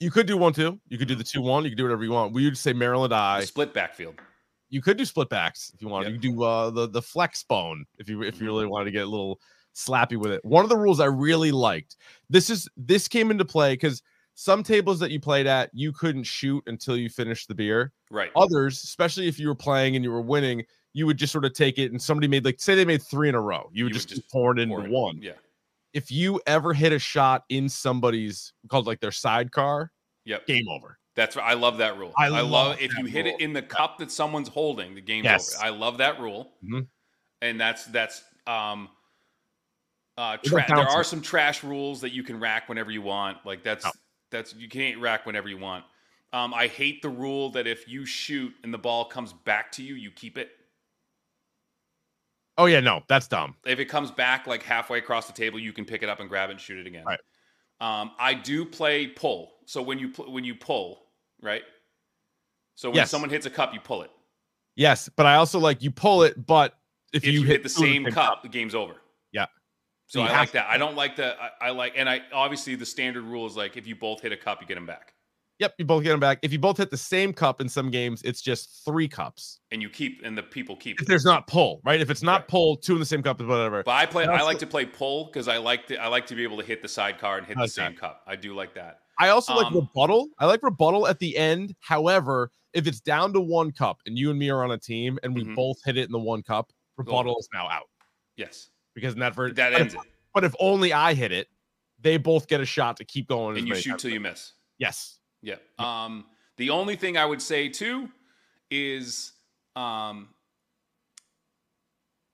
[SPEAKER 3] You could do one two. You could do
[SPEAKER 5] Mm-hmm.
[SPEAKER 3] the two one. You could do whatever you want. We would say Maryland
[SPEAKER 5] the
[SPEAKER 3] Eye.
[SPEAKER 5] split backfield.
[SPEAKER 3] you could do split backs if you want.
[SPEAKER 5] Yep.
[SPEAKER 3] You could do uh, the the flex bone if you if you really wanted to get a little slappy with it. One of the rules I really liked. This is this came into play because some tables that you played at you couldn't shoot until you finished the beer.
[SPEAKER 5] Right.
[SPEAKER 3] Others, especially if you were playing and you were winning, you would just sort of take it and somebody made like say they made three in a row. You would
[SPEAKER 5] You would
[SPEAKER 3] just,
[SPEAKER 5] just
[SPEAKER 3] pour it into
[SPEAKER 5] Or-
[SPEAKER 3] one.
[SPEAKER 5] Yeah.
[SPEAKER 3] If you ever hit a shot in somebody's called like their sidecar,
[SPEAKER 5] Yep.
[SPEAKER 3] game over.
[SPEAKER 5] That's right. I love that rule. I,
[SPEAKER 3] I
[SPEAKER 5] love,
[SPEAKER 3] love
[SPEAKER 5] if
[SPEAKER 3] that
[SPEAKER 5] you hit
[SPEAKER 3] rule.
[SPEAKER 5] it in the cup that someone's holding, the game's
[SPEAKER 3] Yes.
[SPEAKER 5] over. I love that rule.
[SPEAKER 3] Mhm.
[SPEAKER 5] And that's that's um uh
[SPEAKER 3] It don't
[SPEAKER 5] tra- there
[SPEAKER 3] count.
[SPEAKER 5] are some trash rules that you can rack whenever you want. Like that's
[SPEAKER 3] No.
[SPEAKER 5] that's you can't rack whenever you want. Um I hate the rule that if you shoot and the ball comes back to you, you keep it.
[SPEAKER 3] Oh yeah, no, that's dumb.
[SPEAKER 5] If it comes back like halfway across the table, you can pick it up and grab it and shoot it again.
[SPEAKER 3] Right.
[SPEAKER 5] Um, I do play pull. So when you pl- when you pull, right? So when
[SPEAKER 3] Yes.
[SPEAKER 5] someone hits a cup, you pull it.
[SPEAKER 3] Yes, but I also like you pull it, but if,
[SPEAKER 5] if, you, hit, the
[SPEAKER 3] two in
[SPEAKER 5] same cup, the game's over.
[SPEAKER 3] Yeah.
[SPEAKER 5] So,
[SPEAKER 3] So you
[SPEAKER 5] I
[SPEAKER 3] have
[SPEAKER 5] like
[SPEAKER 3] to-
[SPEAKER 5] that. I don't like the. I, I like, and I obviously the standard rule is like if you both hit a cup, you get them back,
[SPEAKER 3] Yep, you both get them back. If you both hit the same cup in some games, it's just three cups.
[SPEAKER 5] and you keep, and the people keep.
[SPEAKER 3] If
[SPEAKER 5] It.
[SPEAKER 3] there's not pull, right? If it's not
[SPEAKER 5] Right.
[SPEAKER 3] pull, two in the same cup is whatever.
[SPEAKER 5] But I play. I
[SPEAKER 3] That's
[SPEAKER 5] like to play pull because I like to. I like to be able to hit the sidecar and hit the
[SPEAKER 3] Okay.
[SPEAKER 5] same cup. I do like that.
[SPEAKER 3] I also like
[SPEAKER 5] um,
[SPEAKER 3] rebuttal. I like rebuttal at the end. However, if it's down to one cup and you and me are on a team and we
[SPEAKER 5] Mhm.
[SPEAKER 3] both hit it in the one cup, rebuttal is now out
[SPEAKER 5] Yes,
[SPEAKER 3] because in that ver-
[SPEAKER 5] that
[SPEAKER 3] but
[SPEAKER 5] ends
[SPEAKER 3] if,
[SPEAKER 5] it,
[SPEAKER 3] But if only I hit it, they both get a shot to keep going. as
[SPEAKER 5] and you
[SPEAKER 3] many
[SPEAKER 5] shoot
[SPEAKER 3] times.
[SPEAKER 5] till you miss.
[SPEAKER 3] Yes.
[SPEAKER 5] Yeah. Um, the only thing I would say too is um,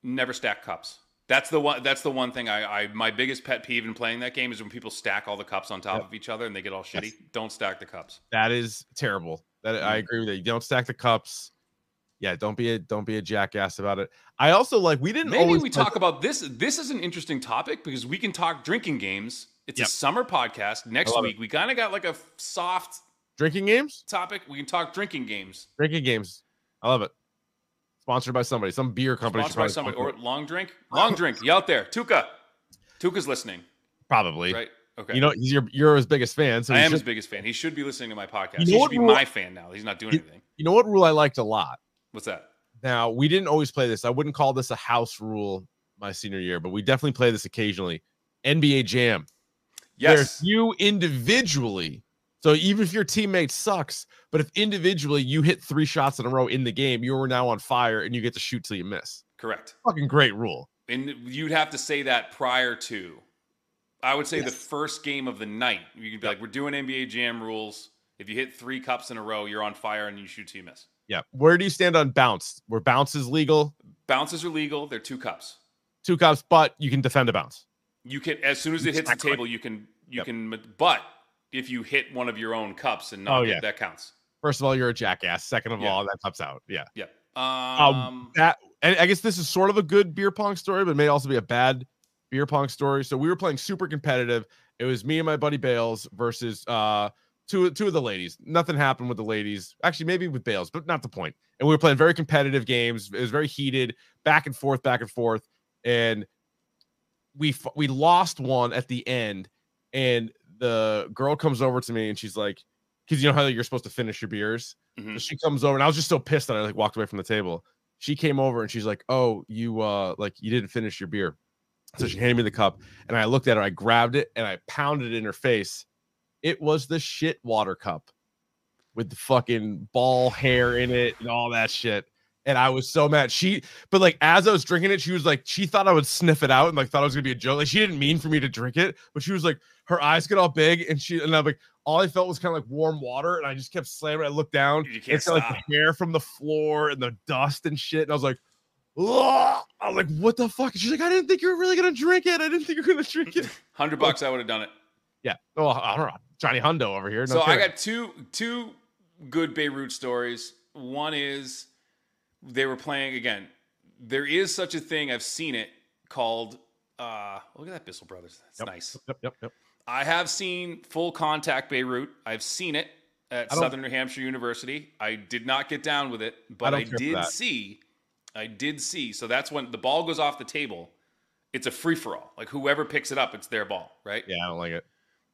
[SPEAKER 5] never stack cups. That's the one. That's the one thing I, I my biggest pet peeve in playing that game is when people stack all the cups on top of each other and they get all shitty.
[SPEAKER 3] Yes.
[SPEAKER 5] Don't stack the cups.
[SPEAKER 3] That is terrible. That I
[SPEAKER 5] Mhm.
[SPEAKER 3] agree with you. You don't stack the cups. Yeah, don't be a don't be a jackass about it. I also like we didn't
[SPEAKER 5] Maybe
[SPEAKER 3] always
[SPEAKER 5] we
[SPEAKER 3] play-
[SPEAKER 5] talk about this. This is an interesting topic because we can talk drinking games. It's
[SPEAKER 3] Yep.
[SPEAKER 5] a summer podcast.
[SPEAKER 3] I
[SPEAKER 5] Next
[SPEAKER 3] love
[SPEAKER 5] week we kind of got like a f- soft
[SPEAKER 3] drinking games.
[SPEAKER 5] topic. We can talk drinking games.
[SPEAKER 3] Drinking games. I love it. Sponsored by somebody, some beer company. should
[SPEAKER 5] Sponsored
[SPEAKER 3] probably
[SPEAKER 5] by somebody or
[SPEAKER 3] sponsor
[SPEAKER 5] long drink. Long drink. You out there, Tuca? Tuca's listening,
[SPEAKER 3] it. probably.
[SPEAKER 5] right? Okay.
[SPEAKER 3] You know, he's your you're his biggest fan. So
[SPEAKER 5] I
[SPEAKER 3] he
[SPEAKER 5] am his
[SPEAKER 3] should-
[SPEAKER 5] biggest fan. He should be listening to my podcast.
[SPEAKER 3] You know
[SPEAKER 5] he should
[SPEAKER 3] what
[SPEAKER 5] be
[SPEAKER 3] rule-
[SPEAKER 5] my fan now. He's not doing
[SPEAKER 3] You-
[SPEAKER 5] anything.
[SPEAKER 3] you know what rule I liked a lot.
[SPEAKER 5] What's that?
[SPEAKER 3] Now we didn't always play this. I wouldn't call this a house rule my senior year, but we definitely play this occasionally. NBA Jam. where
[SPEAKER 5] Yes.
[SPEAKER 3] you individually So even if your teammate sucks, but if individually you hit three shots in a row in the game, you are now on fire and you get to shoot till you miss.
[SPEAKER 5] Correct.
[SPEAKER 3] Fucking great rule.
[SPEAKER 5] And you'd have to say that prior to, I would say the first game of the night. You could be like, we're doing NBA Jam rules. If you hit three cups in a row, you're on fire and you shoot till you miss.
[SPEAKER 3] Yeah. Where do you stand on bounce? Where bounce is legal,
[SPEAKER 5] Bounces are legal. They're two cups.
[SPEAKER 3] two cups, but you can defend a bounce.
[SPEAKER 5] You can, as soon as it hits the table, you can, you
[SPEAKER 3] Yep.
[SPEAKER 5] can, but if you hit one of your own cups and not
[SPEAKER 3] Oh,
[SPEAKER 5] it,
[SPEAKER 3] yeah.
[SPEAKER 5] that counts.
[SPEAKER 3] First of all, you're a jackass. Second of
[SPEAKER 5] Yeah.
[SPEAKER 3] all, that cups out. Yeah.
[SPEAKER 5] Yep. Um,
[SPEAKER 3] that and I guess this is sort of a good beer pong story, but it may also be a bad beer pong story. So we were playing super competitive. It was me and my buddy Bales versus uh two two of the ladies. Nothing happened with the ladies. Actually, maybe with Bales, but not the point. And we were playing very competitive games. It was very heated, back and forth, back and forth, and we f- we lost one at the end. And the girl comes over to me and she's like, "Cause you know how you're supposed to finish your beers."
[SPEAKER 5] mhm.
[SPEAKER 3] So she comes over and I was just so pissed that I like walked away from the table. She came over and she's like, "Oh, you uh like you didn't finish your beer." So she handed me the cup and I looked at her, I grabbed it and I pounded it in her face. It was the shit water cup with the fucking ball hair in it and all that shit. And I was so mad. She, but like as I was drinking it, she was like, she thought I would sniff it out and like thought it was gonna be a joke. Like she didn't mean for me to drink it, but she was like, her eyes get all big and she and I'm like, all I felt was kind of like warm water, and I just kept slamming. it. I looked down,
[SPEAKER 5] You can't
[SPEAKER 3] it's got, like the hair from the floor and the dust and shit. And I was like, "Ugh." I was like, what the fuck? And she's like, I didn't think you were really gonna drink it. I didn't think you were gonna drink it.
[SPEAKER 5] hundred bucks, I would have done it.
[SPEAKER 3] yeah. Oh, I don't know. Johnny Hundo over here. No
[SPEAKER 5] so I
[SPEAKER 3] kidding.
[SPEAKER 5] got two two good Beirut stories. One is they were playing again. There is such a thing I've seen it called. uh Look at that Bissell Brothers. That's nice.
[SPEAKER 3] Yep, yep, yep.
[SPEAKER 5] I have seen full contact Beirut. I've seen it at
[SPEAKER 3] I don't-
[SPEAKER 5] Southern New Hampshire University. I did not get down with it, but
[SPEAKER 3] don't
[SPEAKER 5] I,
[SPEAKER 3] care for
[SPEAKER 5] did
[SPEAKER 3] that.
[SPEAKER 5] see. I did see. So that's when the ball goes off the table. It's a free for all. Like whoever picks it up, it's their ball, right?
[SPEAKER 3] Yeah, I don't like it.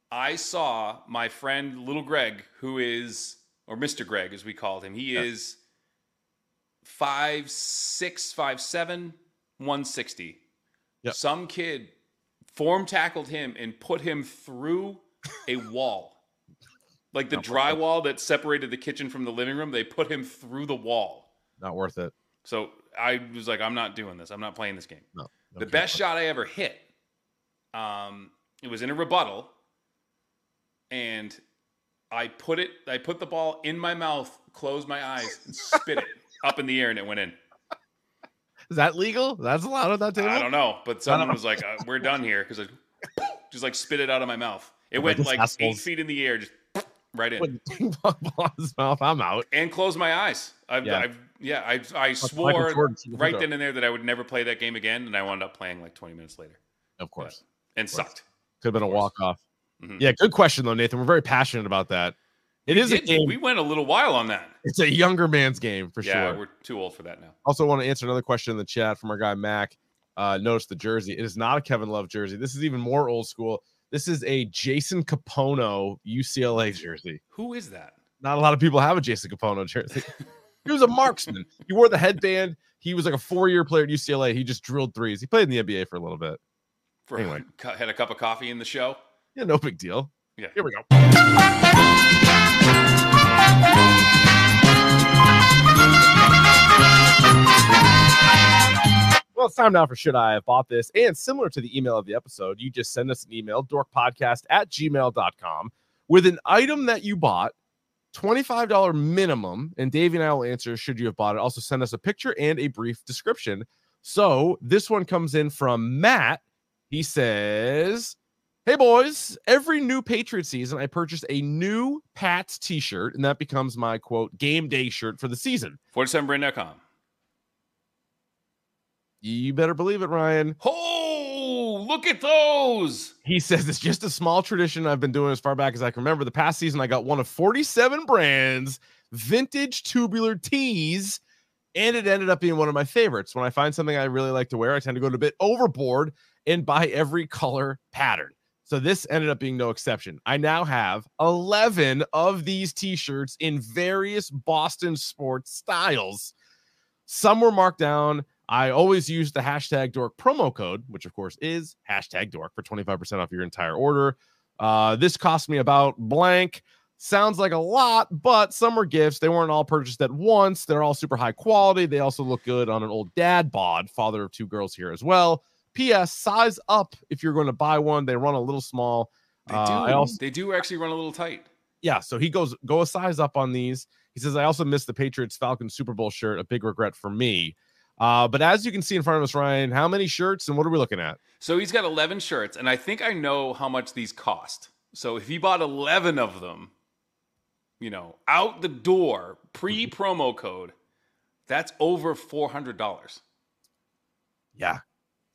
[SPEAKER 5] I saw my friend Little Greg, who is or Mr. Greg as we called him. He is five six, five seven, one sixty.
[SPEAKER 3] Yep.
[SPEAKER 5] Some kid form tackled him and put him through a wall. Like the drywall that separated the kitchen from the living room, they put him through the wall.
[SPEAKER 3] Not worth it.
[SPEAKER 5] So I was like, I'm not doing this. I'm not playing this game.
[SPEAKER 3] No,
[SPEAKER 5] the best shot I ever hit, um, it was in a rebuttal, and I put it. I put the ball in my mouth, closed my eyes, and spit it up in the air, and it went in.
[SPEAKER 3] Is that legal? That's allowed at that table.
[SPEAKER 5] I don't know, but someone was like, uh, "We're done here," because I just like spit it out of my mouth. It
[SPEAKER 3] Like
[SPEAKER 5] went
[SPEAKER 3] this
[SPEAKER 5] like eight
[SPEAKER 3] asshole's-
[SPEAKER 5] feet in the air, just right in,
[SPEAKER 3] Put the ping pong ball in his mouth. I'm out.
[SPEAKER 5] and closed my eyes. I've,
[SPEAKER 3] Yeah.
[SPEAKER 5] I've yeah, I, I
[SPEAKER 3] Michael
[SPEAKER 5] swore
[SPEAKER 3] Jordan should have
[SPEAKER 5] right
[SPEAKER 3] done.
[SPEAKER 5] then and there that I would never play that game again, and I wound up playing like 20 minutes later.
[SPEAKER 3] Of course.
[SPEAKER 5] and
[SPEAKER 3] course.
[SPEAKER 5] sucked.
[SPEAKER 3] Could have been a walk off.
[SPEAKER 5] Mhm.
[SPEAKER 3] Yeah, good question though, Nathan. We're very passionate about that. It is a
[SPEAKER 5] Did-
[SPEAKER 3] game.
[SPEAKER 5] we went a little while on that.
[SPEAKER 3] it's a younger man's game for
[SPEAKER 5] yeah,
[SPEAKER 3] sure.
[SPEAKER 5] we're too old for that now.
[SPEAKER 3] Also, want to answer another question in the chat from our guy Mac. Uh, notice the jersey. It is not a Kevin Love jersey. This is even more old school. This is a Jason Capono UCLA jersey.
[SPEAKER 5] Who is that?
[SPEAKER 3] Not a lot of people have a Jason Capono jersey. he was a marksman. He wore the headband. He was like a four-year player at UCLA. He just drilled threes. He played in the NBA for a little bit.
[SPEAKER 5] For
[SPEAKER 3] Anyway.
[SPEAKER 5] cu- had a cup of coffee in the show.
[SPEAKER 3] Yeah, no big deal.
[SPEAKER 5] Yeah.
[SPEAKER 3] Here we go. Well, it's time now for Should I Have Bought This? And similar to the email of the episode, you just send us an email, dorkpodcast at gmail.com, with an item that you bought, $25 minimum. And Davey and I will answer should you have bought it. Also, send us a picture and a brief description. So this one comes in from Matt. He says, Hey boys, every new Patriot season, I purchase a new Pats t shirt, and that becomes my quote game day shirt for the season.
[SPEAKER 5] 47brand.com.
[SPEAKER 3] You better believe it, Ryan.
[SPEAKER 5] Oh, look at those.
[SPEAKER 3] He says it's just a small tradition I've been doing as far back as I can remember. The past season, I got one of 47 brands, vintage tubular tees, and it ended up being one of my favorites. When I find something I really like to wear, I tend to go a bit overboard and buy every color pattern. So this ended up being no exception. I now have 11 of these t-shirts in various Boston sports styles. Some were marked down. I always use the hashtag dork promo code, which of course is hashtag dork for 25% off your entire order. Uh, this cost me about blank Sounds like a lot, but some were gifts. They weren't all purchased at once. They're all super high quality. They also look good on an old dad bod, father of two girls here as well. P.S. Size up if you're going to buy one. They run a little small.
[SPEAKER 5] They do.
[SPEAKER 3] Uh, I also
[SPEAKER 5] they do actually run a little tight.
[SPEAKER 3] yeah, so he goes go a size up on these. He says, I also missed the Patriots Falcons Super Bowl shirt, a big regret for me. Uh, but as you can see in front of us, Ryan, how many shirts and what are we looking at?
[SPEAKER 5] So he's got 11 shirts, and I think I know how much these cost. So if he bought 11 of them, you know, out the door, pre promo code, that's over $400.
[SPEAKER 3] Yeah.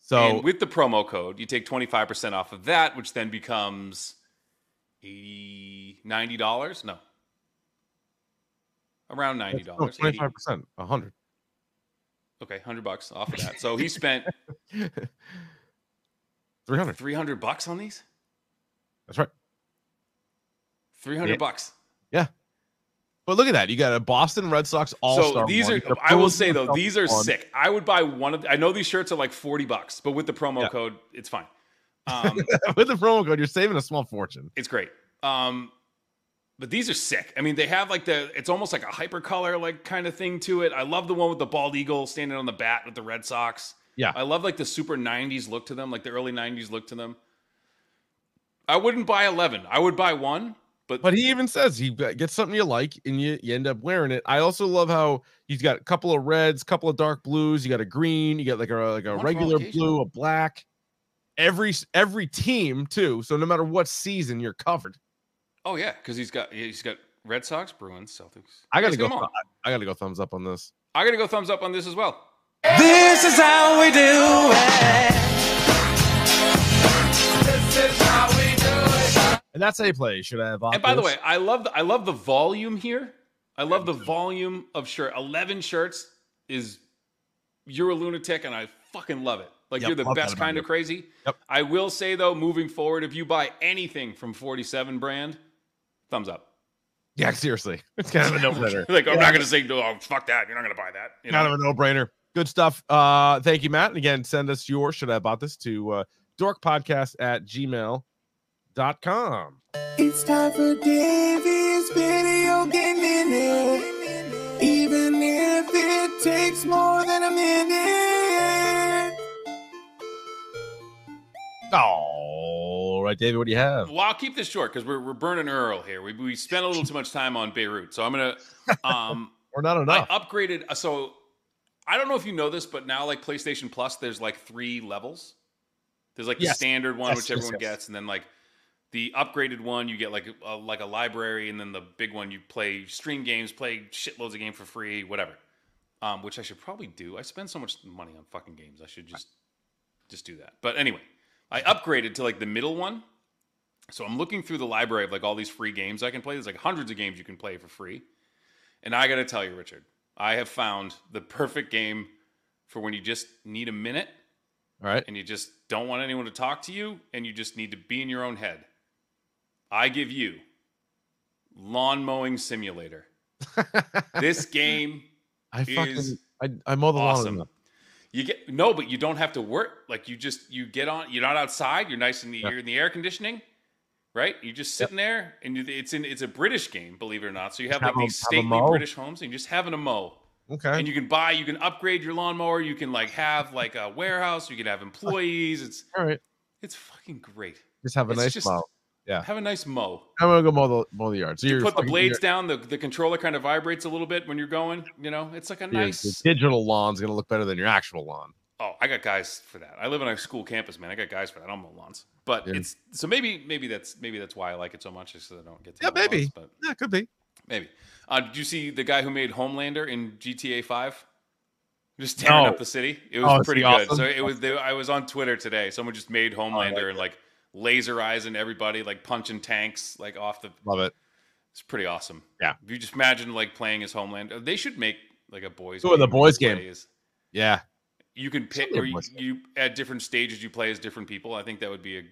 [SPEAKER 3] So
[SPEAKER 5] and with the promo code, you take 25% off of that, which then becomes 80 $90? No. Around $90.
[SPEAKER 3] twenty five oh, percent, a hundred.
[SPEAKER 5] Okay, 100 bucks off of that. So he spent
[SPEAKER 3] Three hundred.
[SPEAKER 5] 300 bucks on these?
[SPEAKER 3] That's right.
[SPEAKER 5] 300
[SPEAKER 3] Yeah.
[SPEAKER 5] bucks.
[SPEAKER 3] But look at that. You got a Boston Red Sox All Star.
[SPEAKER 5] so these are i will say though these are sick i would buy one of i know these shirts are like 40 bucks but with the promo
[SPEAKER 3] Yeah.
[SPEAKER 5] code it's fine um,
[SPEAKER 3] With the promo code, you're saving a small fortune.
[SPEAKER 5] it's great um, but these are sick i mean they have like the it's almost like a hyper color like kind of thing to it i love the one with the bald eagle standing on the bat with the red sox
[SPEAKER 3] Yeah.
[SPEAKER 5] i love like the super 90s look to them like the early 90s look to them i wouldn't buy 11 i would buy one but,
[SPEAKER 3] But he even says he b- gets something you like and you, you end up wearing it. I also love how he's got a couple of reds, couple of dark blues. You got a green. You got like a like a
[SPEAKER 5] One for all
[SPEAKER 3] regular
[SPEAKER 5] occasion.
[SPEAKER 3] blue, a black. Every s- every team too. So no matter what season, you're covered.
[SPEAKER 5] oh yeah because he's got he's got red sox bruins celtics
[SPEAKER 3] I gotta
[SPEAKER 5] He's
[SPEAKER 3] go.
[SPEAKER 5] got 'em
[SPEAKER 3] thu-
[SPEAKER 5] all.
[SPEAKER 3] I gotta go. Thumbs up on this.
[SPEAKER 5] i gotta go thumbs up on this as well
[SPEAKER 7] This is how we do
[SPEAKER 3] And that's a play. Should I have?
[SPEAKER 5] And by the way,
[SPEAKER 3] offense?
[SPEAKER 5] I love the, I love the volume here. I love the volume of shirt. Eleven shirts is you're a lunatic, and I fucking love it. Like
[SPEAKER 3] Yep,
[SPEAKER 5] you're the
[SPEAKER 3] love that
[SPEAKER 5] best
[SPEAKER 3] about
[SPEAKER 5] kind
[SPEAKER 3] you.
[SPEAKER 5] of crazy.
[SPEAKER 3] Yep.
[SPEAKER 5] I will say though, moving forward, if you buy anything from Forty Seven brand, thumbs up.
[SPEAKER 3] yeah, seriously, it's kind of a no brainer.
[SPEAKER 5] Like I'm not gonna say oh fuck that. You're not gonna buy that. You know?
[SPEAKER 3] Kind of a no-brainer. Good stuff. Uh, thank you, Matt. And again, send us your should I have bought this to uh, dorkpodcast at gmail.com.
[SPEAKER 9] It's time for Davey's video game minute. Even if it takes more than a minute.
[SPEAKER 3] All right, David, what do you have?
[SPEAKER 5] Well, I'll keep this short because we're, we're burning Earl here. We, we spent a little too much time on Beirut, so I'm gonna um,
[SPEAKER 3] Or not
[SPEAKER 5] I
[SPEAKER 3] enough.
[SPEAKER 5] upgraded. uh, So I don't know if you know this, but now like PlayStation Plus, there's like three levels. There's like the
[SPEAKER 3] Yes.
[SPEAKER 5] standard one,
[SPEAKER 3] Yes,
[SPEAKER 5] which
[SPEAKER 3] yes,
[SPEAKER 5] everyone
[SPEAKER 3] yes.
[SPEAKER 5] gets, and then like the upgraded one, you get like a, like a library, and then the big one, you play stream games, play shitloads of games for free, whatever. Um, which I should probably do. I spend so much money on fucking games. I should just just do that. But anyway, I upgraded to like the middle one. So I'm looking through the library of like all these free games I can play. There's like hundreds of games you can play for free. And I got to tell you, Richard, I have found the perfect game for when you just need a minute
[SPEAKER 3] All right.
[SPEAKER 5] and you just don't want anyone to talk to you and you just need to be in your own head. I give you Lawn Mowing Simulator. This game
[SPEAKER 3] I
[SPEAKER 5] is
[SPEAKER 3] fucking I, I mow the lawn.
[SPEAKER 5] awesome.
[SPEAKER 3] enough.
[SPEAKER 5] You get no, but you don't have to work. Like you just you get on. You're not outside. You're nice in the you're in the air conditioning, right? You're just sitting there, and you, it's in it's a British game, believe it or not. So you have,
[SPEAKER 3] Have
[SPEAKER 5] like
[SPEAKER 3] a-
[SPEAKER 5] these
[SPEAKER 3] have a
[SPEAKER 5] stately
[SPEAKER 3] mow.
[SPEAKER 5] British homes, and you're just having a mow.
[SPEAKER 3] Okay.
[SPEAKER 5] And you can buy, you can upgrade your lawnmower. You can like have like a warehouse. You can have employees. It's
[SPEAKER 3] All right.
[SPEAKER 5] it's fucking great.
[SPEAKER 3] Just have a
[SPEAKER 5] It's
[SPEAKER 3] nice
[SPEAKER 5] just-
[SPEAKER 3] mow. Yeah.
[SPEAKER 5] Have a nice mow.
[SPEAKER 3] I'm gonna go mow the mow the yard. So
[SPEAKER 5] You
[SPEAKER 3] you're
[SPEAKER 5] put the
[SPEAKER 3] fucking-
[SPEAKER 5] blades
[SPEAKER 3] your-
[SPEAKER 5] down. The, the controller kind of vibrates a little bit when you're going. You know, it's like a
[SPEAKER 3] your-
[SPEAKER 5] nice.
[SPEAKER 3] your digital lawn's gonna look better than your actual lawn.
[SPEAKER 5] Oh, I got guys for that. I live on a school campus, man. I got guys for that. I don't mow lawns, but
[SPEAKER 3] Yeah.
[SPEAKER 5] it's so maybe maybe that's maybe that's why I like it so much is because I don't get to
[SPEAKER 3] Yeah,
[SPEAKER 5] mow lawns,
[SPEAKER 3] maybe.
[SPEAKER 5] but
[SPEAKER 3] Yeah, could be.
[SPEAKER 5] maybe. Uh, did you see the guy who made Homelander in GTA Five? Just tearing
[SPEAKER 3] No.
[SPEAKER 5] up the city. It
[SPEAKER 3] Oh,
[SPEAKER 5] was
[SPEAKER 3] is
[SPEAKER 5] pretty
[SPEAKER 3] he awesome?
[SPEAKER 5] good.
[SPEAKER 3] Oh,
[SPEAKER 5] So it was. They, I was on Twitter today. Someone just made Homelander and like laser eyes and everybody like punching tanks like off the.
[SPEAKER 3] Love it.
[SPEAKER 5] It's pretty awesome.
[SPEAKER 3] Yeah.
[SPEAKER 5] If you just imagine like playing as Homelander, they should make like a boys.
[SPEAKER 3] Ooh, the
[SPEAKER 5] game where
[SPEAKER 3] boys
[SPEAKER 5] you
[SPEAKER 3] game.
[SPEAKER 5] play as-
[SPEAKER 3] Yeah.
[SPEAKER 5] you can pick
[SPEAKER 3] Something
[SPEAKER 5] or you,
[SPEAKER 3] was it?
[SPEAKER 5] you at different stages you play as different people. I think that would be a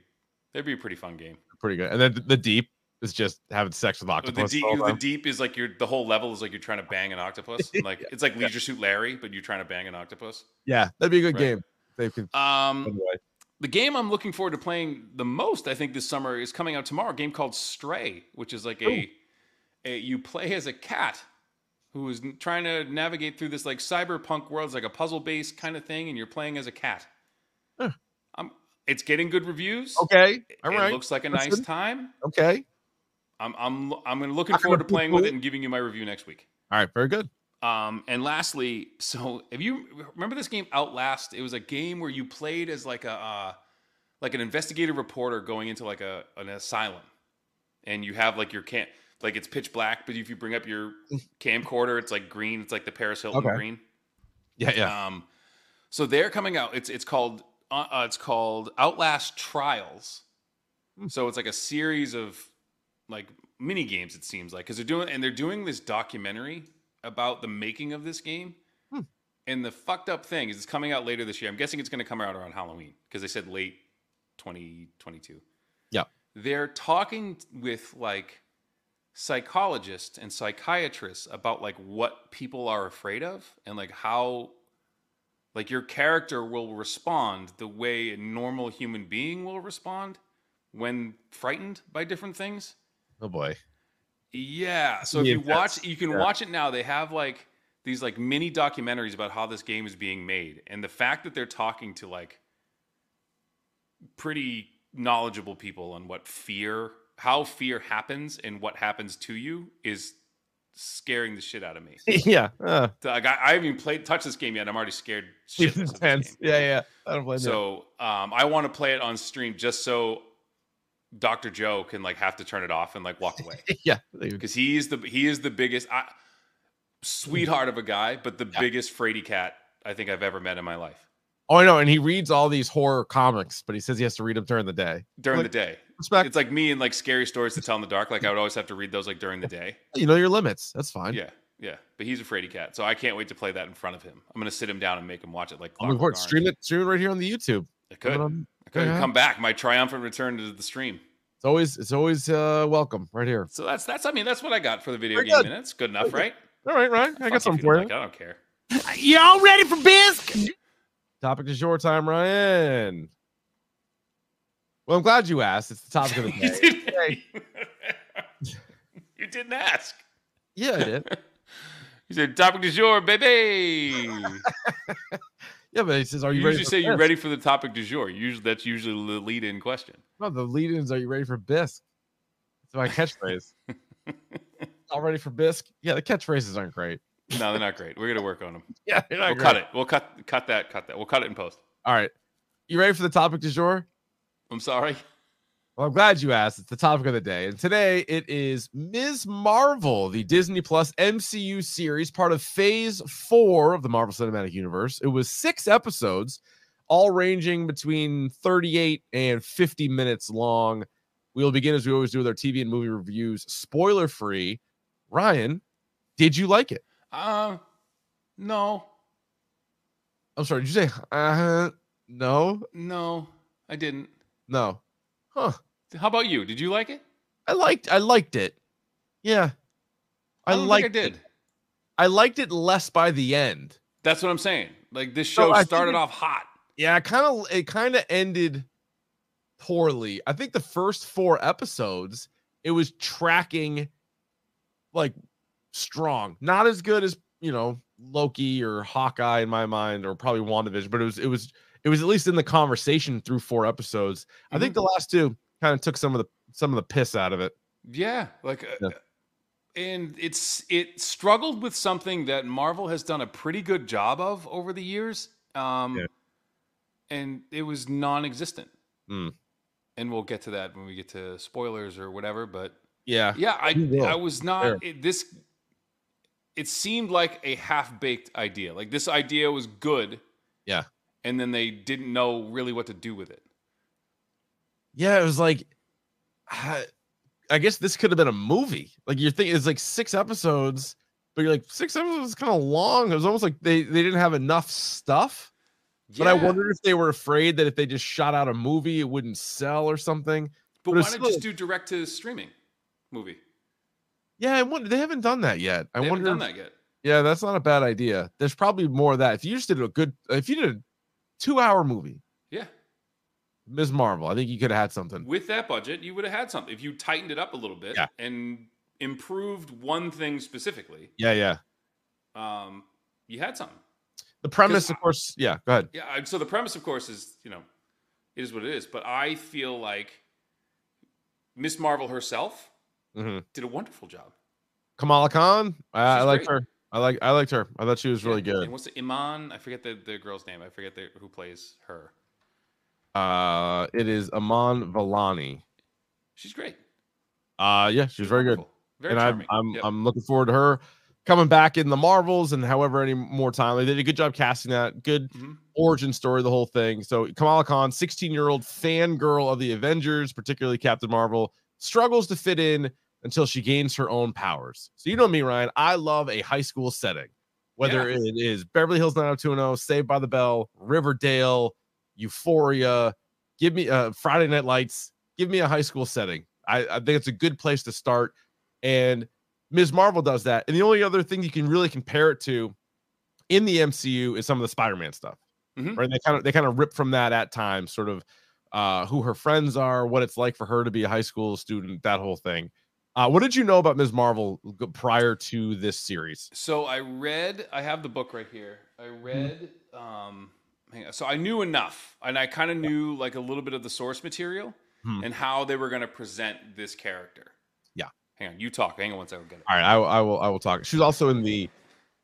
[SPEAKER 5] that'd be a pretty fun game.
[SPEAKER 3] Pretty good. And then the- the deep is just having sex with
[SPEAKER 5] the,
[SPEAKER 3] octopus.
[SPEAKER 5] deep,
[SPEAKER 3] all the
[SPEAKER 5] the
[SPEAKER 3] time.
[SPEAKER 5] deep is like you're the whole level is like you're trying to bang an octopus. And like it's like Leisure Suit Larry, but you're trying to bang an octopus.
[SPEAKER 3] Yeah, that'd be a good
[SPEAKER 5] Right.
[SPEAKER 3] game. They could
[SPEAKER 5] Um, the game I'm looking forward to playing the most, I think, this summer is coming out tomorrow. A game called Stray, which is like a eh, you play as a cat who is n- trying to navigate through this like cyberpunk world. It's like a puzzle based kind of thing, and you're playing as a cat.
[SPEAKER 3] Huh.
[SPEAKER 5] I'm, it's getting good reviews.
[SPEAKER 3] Okay. All
[SPEAKER 5] It
[SPEAKER 3] right.
[SPEAKER 5] looks like a
[SPEAKER 3] That's
[SPEAKER 5] nice
[SPEAKER 3] good.
[SPEAKER 5] time.
[SPEAKER 3] okay.
[SPEAKER 5] I'm I'm I'm gonna- looking
[SPEAKER 3] Not gonna
[SPEAKER 5] forward to
[SPEAKER 3] poo-poo
[SPEAKER 5] playing with
[SPEAKER 3] it.
[SPEAKER 5] it and giving you my review next week.
[SPEAKER 3] All right. Very good.
[SPEAKER 5] Um, and lastly, so if you remember this game Outlast, it was a game where you played as like a uh, like an investigative reporter going into like a an asylum, and you have like your cam like it's pitch black, but if you bring up your camcorder, it's like green. It's like the Paris Hilton
[SPEAKER 3] Okay.
[SPEAKER 5] green.
[SPEAKER 3] Yeah. Yeah.
[SPEAKER 5] Um, so they're coming out. It's it's called uh, uh, it's called Outlast Trials.
[SPEAKER 3] Hmm.
[SPEAKER 5] So it's like a series of like mini games. It seems like because they're doing and they're doing this documentary about the making of this game.
[SPEAKER 3] Hmm.
[SPEAKER 5] And the fucked up thing is it's coming out later this year. I'm guessing it's going to come out around Halloween because they said late 2022.
[SPEAKER 3] Yeah.
[SPEAKER 5] They're talking with like psychologists and psychiatrists about like what people are afraid of and like how like your character will respond the way a normal human being will respond when frightened by different things.
[SPEAKER 3] Oh boy.
[SPEAKER 5] Yeah. So if
[SPEAKER 3] Yeah,
[SPEAKER 5] you watch, you can
[SPEAKER 3] yeah.
[SPEAKER 5] watch it now. They have like these like mini documentaries about how this game is being made, and the fact that they're talking to like pretty knowledgeable people on what fear, how fear happens, and what happens to you is scaring the shit out of me.
[SPEAKER 3] yeah. Uh,
[SPEAKER 5] like I, I haven't even played touched this game yet. and I'm already scared
[SPEAKER 3] it's
[SPEAKER 5] shitless of this
[SPEAKER 3] intense.
[SPEAKER 5] game.
[SPEAKER 3] Yeah. Yeah. I don't blame you.
[SPEAKER 5] So um, I want to play it on stream just so Dr. Joe can like have to turn it off and like walk away
[SPEAKER 3] yeah. there you go.
[SPEAKER 5] because he is the he is the biggest I, sweetheart of a guy, but the
[SPEAKER 3] Yeah.
[SPEAKER 5] biggest fraidy cat I think I've ever met in my life
[SPEAKER 3] Oh, I know. And he reads all these horror comics, but he says he has to read them during the day.
[SPEAKER 5] during
[SPEAKER 3] Like-
[SPEAKER 5] the day.
[SPEAKER 3] Respect.
[SPEAKER 5] It's like me and like scary stories to tell in the dark. Like I would always have to read those like during the day.
[SPEAKER 3] you know your limits. That's fine.
[SPEAKER 5] Yeah, yeah. But he's a fraidy cat, so I can't wait to play that in front of him. I'm gonna sit him down and make him watch it. Like
[SPEAKER 3] I'm recording.
[SPEAKER 5] Clockwork
[SPEAKER 3] Oh Stream
[SPEAKER 5] Orange.
[SPEAKER 3] it. Stream it right here on the YouTube.
[SPEAKER 5] I could.
[SPEAKER 3] Um,
[SPEAKER 5] I could
[SPEAKER 3] yeah.
[SPEAKER 5] come back. My triumphant return to the stream.
[SPEAKER 3] It's always it's always uh welcome right here.
[SPEAKER 5] So that's that's. I mean, that's what I got for the video
[SPEAKER 3] Very
[SPEAKER 5] game
[SPEAKER 3] good.
[SPEAKER 5] minutes. Good enough,
[SPEAKER 3] Very
[SPEAKER 5] right?
[SPEAKER 3] All right, Ryan. I
[SPEAKER 5] Fuck if
[SPEAKER 3] got something for
[SPEAKER 5] don't
[SPEAKER 3] you.
[SPEAKER 5] like it, I don't care.
[SPEAKER 9] You all ready for bisque?
[SPEAKER 3] Topic is your time, Ryan. Well, I'm glad you asked. It's the topic of the
[SPEAKER 5] You
[SPEAKER 3] day.
[SPEAKER 5] didn't- you didn't ask.
[SPEAKER 3] yeah, I did.
[SPEAKER 5] He said, "Topic du jour, baby." you
[SPEAKER 3] Yeah, but he says, "Are you ready?"
[SPEAKER 5] usually
[SPEAKER 3] for
[SPEAKER 5] say you're
[SPEAKER 3] bisque?"
[SPEAKER 5] ready for the topic du jour. Usually, that's usually the lead-in question.
[SPEAKER 3] No, the lead-ins. Are you ready for bisque? It's my catchphrase. all ready for bisque? Yeah, the catchphrases aren't great.
[SPEAKER 5] No, they're not great. We're gonna work on them.
[SPEAKER 3] Yeah, they're not
[SPEAKER 5] We'll
[SPEAKER 3] great.
[SPEAKER 5] cut it. We'll cut cut that. Cut that. We'll cut it in post.
[SPEAKER 3] All right, you ready for the topic du jour?
[SPEAKER 5] I'm sorry.
[SPEAKER 3] Well, I'm glad you asked. It's the topic of the day. And today it is Ms. Marvel, the Disney Plus MCU series, part of phase four of the Marvel Cinematic Universe. It was six episodes, all ranging between 38 and 50 minutes long. We'll begin as we always do with our TV and movie reviews, spoiler free. Ryan, did you like it?
[SPEAKER 5] Um, no,
[SPEAKER 3] I'm sorry, did you say, uh, no?
[SPEAKER 5] no, I didn't.
[SPEAKER 3] No. Huh.
[SPEAKER 5] How about you? Did you like it?
[SPEAKER 3] I liked, I liked it. Yeah. I,
[SPEAKER 5] don't think
[SPEAKER 3] liked
[SPEAKER 5] I did.
[SPEAKER 3] it. I liked it less by the end.
[SPEAKER 5] That's what I'm saying. Like this
[SPEAKER 3] No,
[SPEAKER 5] show
[SPEAKER 3] I think
[SPEAKER 5] started
[SPEAKER 3] it-
[SPEAKER 5] off hot.
[SPEAKER 3] Yeah, I kind of it kind of ended poorly. I think the first four episodes it was tracking like strong, not as good as you know Loki or Hawkeye in my mind, or probably WandaVision, but it was it was it was at least in the conversation through four episodes. I think the last two kind of took some of the some of the piss out of it.
[SPEAKER 5] Yeah, like, uh,
[SPEAKER 3] Yeah.
[SPEAKER 5] and it's it struggled with something that Marvel has done a pretty good job of over the years, um,
[SPEAKER 3] Yeah.
[SPEAKER 5] and it was non-existent.
[SPEAKER 3] Mm.
[SPEAKER 5] And we'll get to that when we get to spoilers or whatever. But
[SPEAKER 3] Yeah,
[SPEAKER 5] yeah, I
[SPEAKER 3] We Ah, will.
[SPEAKER 5] I was
[SPEAKER 3] Fair.
[SPEAKER 5] not it, this. It seemed like a half-baked idea. Like this idea was good.
[SPEAKER 3] Yeah.
[SPEAKER 5] And then they didn't know really what to do with it.
[SPEAKER 3] yeah, it was like, I, I guess this could have been a movie. Like you're thinking, it's like six episodes, but you're like six episodes is kind of long. It was almost like they they didn't have enough stuff. But I
[SPEAKER 5] Yeah.
[SPEAKER 3] wondered if they were afraid that if they just shot out a movie, it wouldn't sell or something.
[SPEAKER 5] But
[SPEAKER 3] but
[SPEAKER 5] why
[SPEAKER 3] it's
[SPEAKER 5] not just
[SPEAKER 3] still-
[SPEAKER 5] do direct to streaming movie?
[SPEAKER 3] Yeah, I wonder, they haven't done that yet. I
[SPEAKER 5] They
[SPEAKER 3] wonder.
[SPEAKER 5] haven't
[SPEAKER 3] if-
[SPEAKER 5] done that yet.
[SPEAKER 3] Yeah, that's not a bad idea. There's probably more of that. If you just did a good, if you did a two hour movie,
[SPEAKER 5] Yeah.
[SPEAKER 3] Ms. Marvel, I think you could have had something.
[SPEAKER 5] With that budget, you would have had something if you tightened it up a little bit
[SPEAKER 3] Yeah.
[SPEAKER 5] and improved one thing specifically,
[SPEAKER 3] Yeah, yeah.
[SPEAKER 5] um, you had something.
[SPEAKER 3] The premise, of course. Yeah, go ahead.
[SPEAKER 5] Yeah. I- So the premise, of course, is you know, it is what it is. But I feel like Miss Marvel herself
[SPEAKER 3] Mhm.
[SPEAKER 5] did a wonderful job.
[SPEAKER 3] Kamala Khan. I, I
[SPEAKER 5] She's
[SPEAKER 3] liked
[SPEAKER 5] great.
[SPEAKER 3] her. I like. I liked her. I thought she was really
[SPEAKER 5] Yeah, And
[SPEAKER 3] good.
[SPEAKER 5] what's the Iman? I forget the, the girl's name. I forget the, who plays her.
[SPEAKER 3] Uh, it is Aman Valani.
[SPEAKER 5] She's great.
[SPEAKER 3] Uh, yeah, she was very good.
[SPEAKER 5] Wonderful. Very
[SPEAKER 3] and I'm
[SPEAKER 5] charming.
[SPEAKER 3] I'm,
[SPEAKER 5] Yep.
[SPEAKER 3] I'm looking forward to her coming back in the Marvels and however any more time. They did a good job casting that. Good
[SPEAKER 5] Mhm.
[SPEAKER 3] origin story, the whole thing. So Kamala Khan, 16 year old fangirl of the Avengers, particularly Captain Marvel, struggles to fit in until she gains her own powers. So you know me, Ryan. I love a high school setting, whether it is Beverly Hills 90210, Saved by the Bell, Riverdale, Euphoria. Give me uh, Friday Night Lights. Give me a high school setting. I, I think it's a good place to start. And Ms. Marvel does that. And the only other thing you can really compare it to in the MCU is some of the Spider-Man stuff.
[SPEAKER 5] Mhm.
[SPEAKER 3] Right? They kind of they kind of rip from that at times, sort of uh who her friends are, what it's like for her to be a high school student, that whole thing. Uh what did you know about Ms. Marvel g- prior to this series?
[SPEAKER 5] So I read. I have the book right here. I
[SPEAKER 3] Mm-hmm.
[SPEAKER 5] read. Um, hang on. So I knew enough, and I kind of knew like a little bit of the source material
[SPEAKER 3] Hmm.
[SPEAKER 5] and how they were going to present this character.
[SPEAKER 3] Yeah.
[SPEAKER 5] Hang on. You talk. Hang on one second. I'll Get it.
[SPEAKER 3] All right, I, will- I will I will talk. She was also in the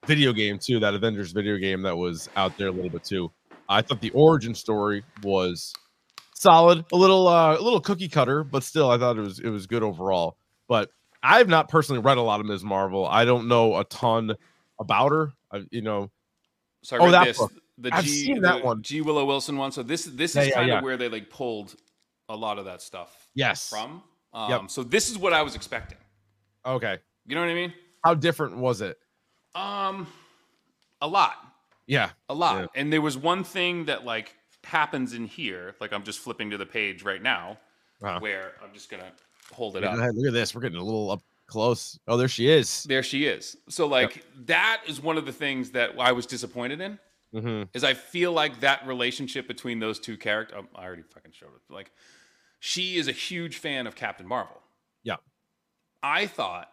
[SPEAKER 3] video game too, that Avengers video game that was out there a little bit too. I thought the origin story was solid, a little uh, a little cookie cutter, but still I thought it was it was good overall. But I've not personally read a lot of Ms. Marvel. I don't know a ton about her. I, you know,
[SPEAKER 5] So I
[SPEAKER 3] Oh,
[SPEAKER 5] read
[SPEAKER 3] that
[SPEAKER 5] this.
[SPEAKER 3] book.
[SPEAKER 5] The
[SPEAKER 3] I've
[SPEAKER 5] G,
[SPEAKER 3] seen that
[SPEAKER 5] the
[SPEAKER 3] one.
[SPEAKER 5] G Willow Wilson one. So this this
[SPEAKER 3] Yeah,
[SPEAKER 5] is
[SPEAKER 3] yeah,
[SPEAKER 5] kind of
[SPEAKER 3] yeah.
[SPEAKER 5] where they like pulled a lot of that stuff
[SPEAKER 3] yes.
[SPEAKER 5] from. Um, So this is what I was expecting.
[SPEAKER 3] Okay.
[SPEAKER 5] You know what I mean?
[SPEAKER 3] How different was it?
[SPEAKER 5] Um, a lot.
[SPEAKER 3] Yeah.
[SPEAKER 5] a lot. And there was one thing that like happens in here, like I'm just flipping to the page right now,
[SPEAKER 3] Uh-huh.
[SPEAKER 5] where I'm just gonna hold it
[SPEAKER 3] Look
[SPEAKER 5] up.
[SPEAKER 3] at- look at this. We're getting a little up close. Oh, there she is.
[SPEAKER 5] There she is. So like that is one of the things that I was disappointed in.
[SPEAKER 3] Mhm.
[SPEAKER 5] Is I feel like that relationship between those two characters. I already fucking showed it. Like she is a huge fan of Captain Marvel.
[SPEAKER 3] Yeah.
[SPEAKER 5] I thought,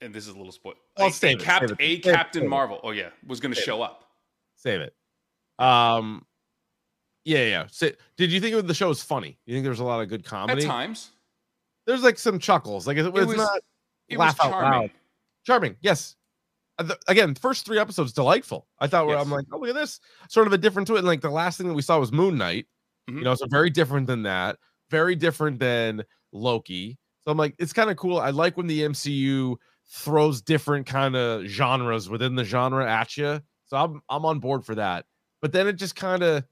[SPEAKER 5] and this is a little spoil.
[SPEAKER 3] Well,
[SPEAKER 5] a- a
[SPEAKER 3] save it,
[SPEAKER 5] Cap-
[SPEAKER 3] save it,
[SPEAKER 5] a
[SPEAKER 3] save it,
[SPEAKER 5] Captain
[SPEAKER 3] save it.
[SPEAKER 5] Marvel. Oh yeah, was going to show up.
[SPEAKER 3] Save it. Um. Yeah, yeah. So, did you think the show was funny? You think there was a lot of good comedy?
[SPEAKER 5] At times,
[SPEAKER 3] There's like some chuckles. Like it, it's
[SPEAKER 5] was-
[SPEAKER 3] not
[SPEAKER 5] it
[SPEAKER 3] laugh
[SPEAKER 5] was
[SPEAKER 3] out
[SPEAKER 5] charming.
[SPEAKER 3] loud. charming. Yes. Uh, the- Again, first three episodes delightful. I thought well, I'm
[SPEAKER 5] Yes.
[SPEAKER 3] like, oh look at this, sort of a different to it. And like the last thing that we saw was Moon Knight.
[SPEAKER 5] Mhm.
[SPEAKER 3] You know, so very different than that. Very different than Loki. So I'm like, it's kind of cool. I like when the MCU throws different kind of genres within the genre at you. So I'm I'm on board for that. But then it just kind of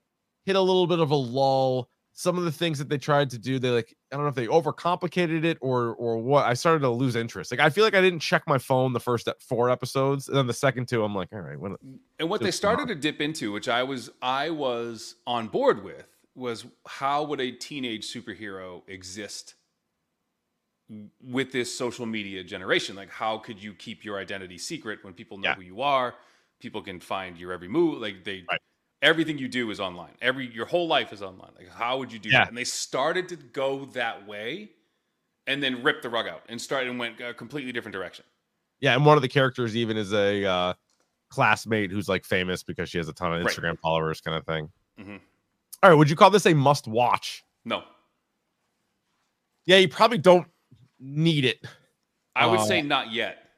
[SPEAKER 3] hit a little bit of a lull. Some of the things that they tried to do, they like I don't know if they overcomplicated it or or what. I started to lose interest. Like I feel like I didn't check my phone the first e- four episodes, and then the second two, I'm like, all right, what?
[SPEAKER 5] And what they
[SPEAKER 3] Just not-
[SPEAKER 5] started to dip into, which I was I was on board with, was how would a teenage superhero exist w- with this social media generation? Like how could you keep your identity secret when people know
[SPEAKER 3] Yeah.
[SPEAKER 5] who you are? People can find your every move. Like they
[SPEAKER 3] Right.
[SPEAKER 5] everything you do is online. Every your whole life is online. Like how would you do
[SPEAKER 3] Yeah.
[SPEAKER 5] that? And they started to go that way and then ripped the rug out and started and went a completely different direction.
[SPEAKER 3] Yeah, and one of the characters even is a uh, classmate who's like famous because she has a ton of
[SPEAKER 5] Right.
[SPEAKER 3] Instagram followers, kind of thing.
[SPEAKER 5] Mhm.
[SPEAKER 3] All right, would you call this a must watch?
[SPEAKER 5] No.
[SPEAKER 3] Yeah, you probably don't need it.
[SPEAKER 5] I would
[SPEAKER 3] Uh,
[SPEAKER 5] say not yet.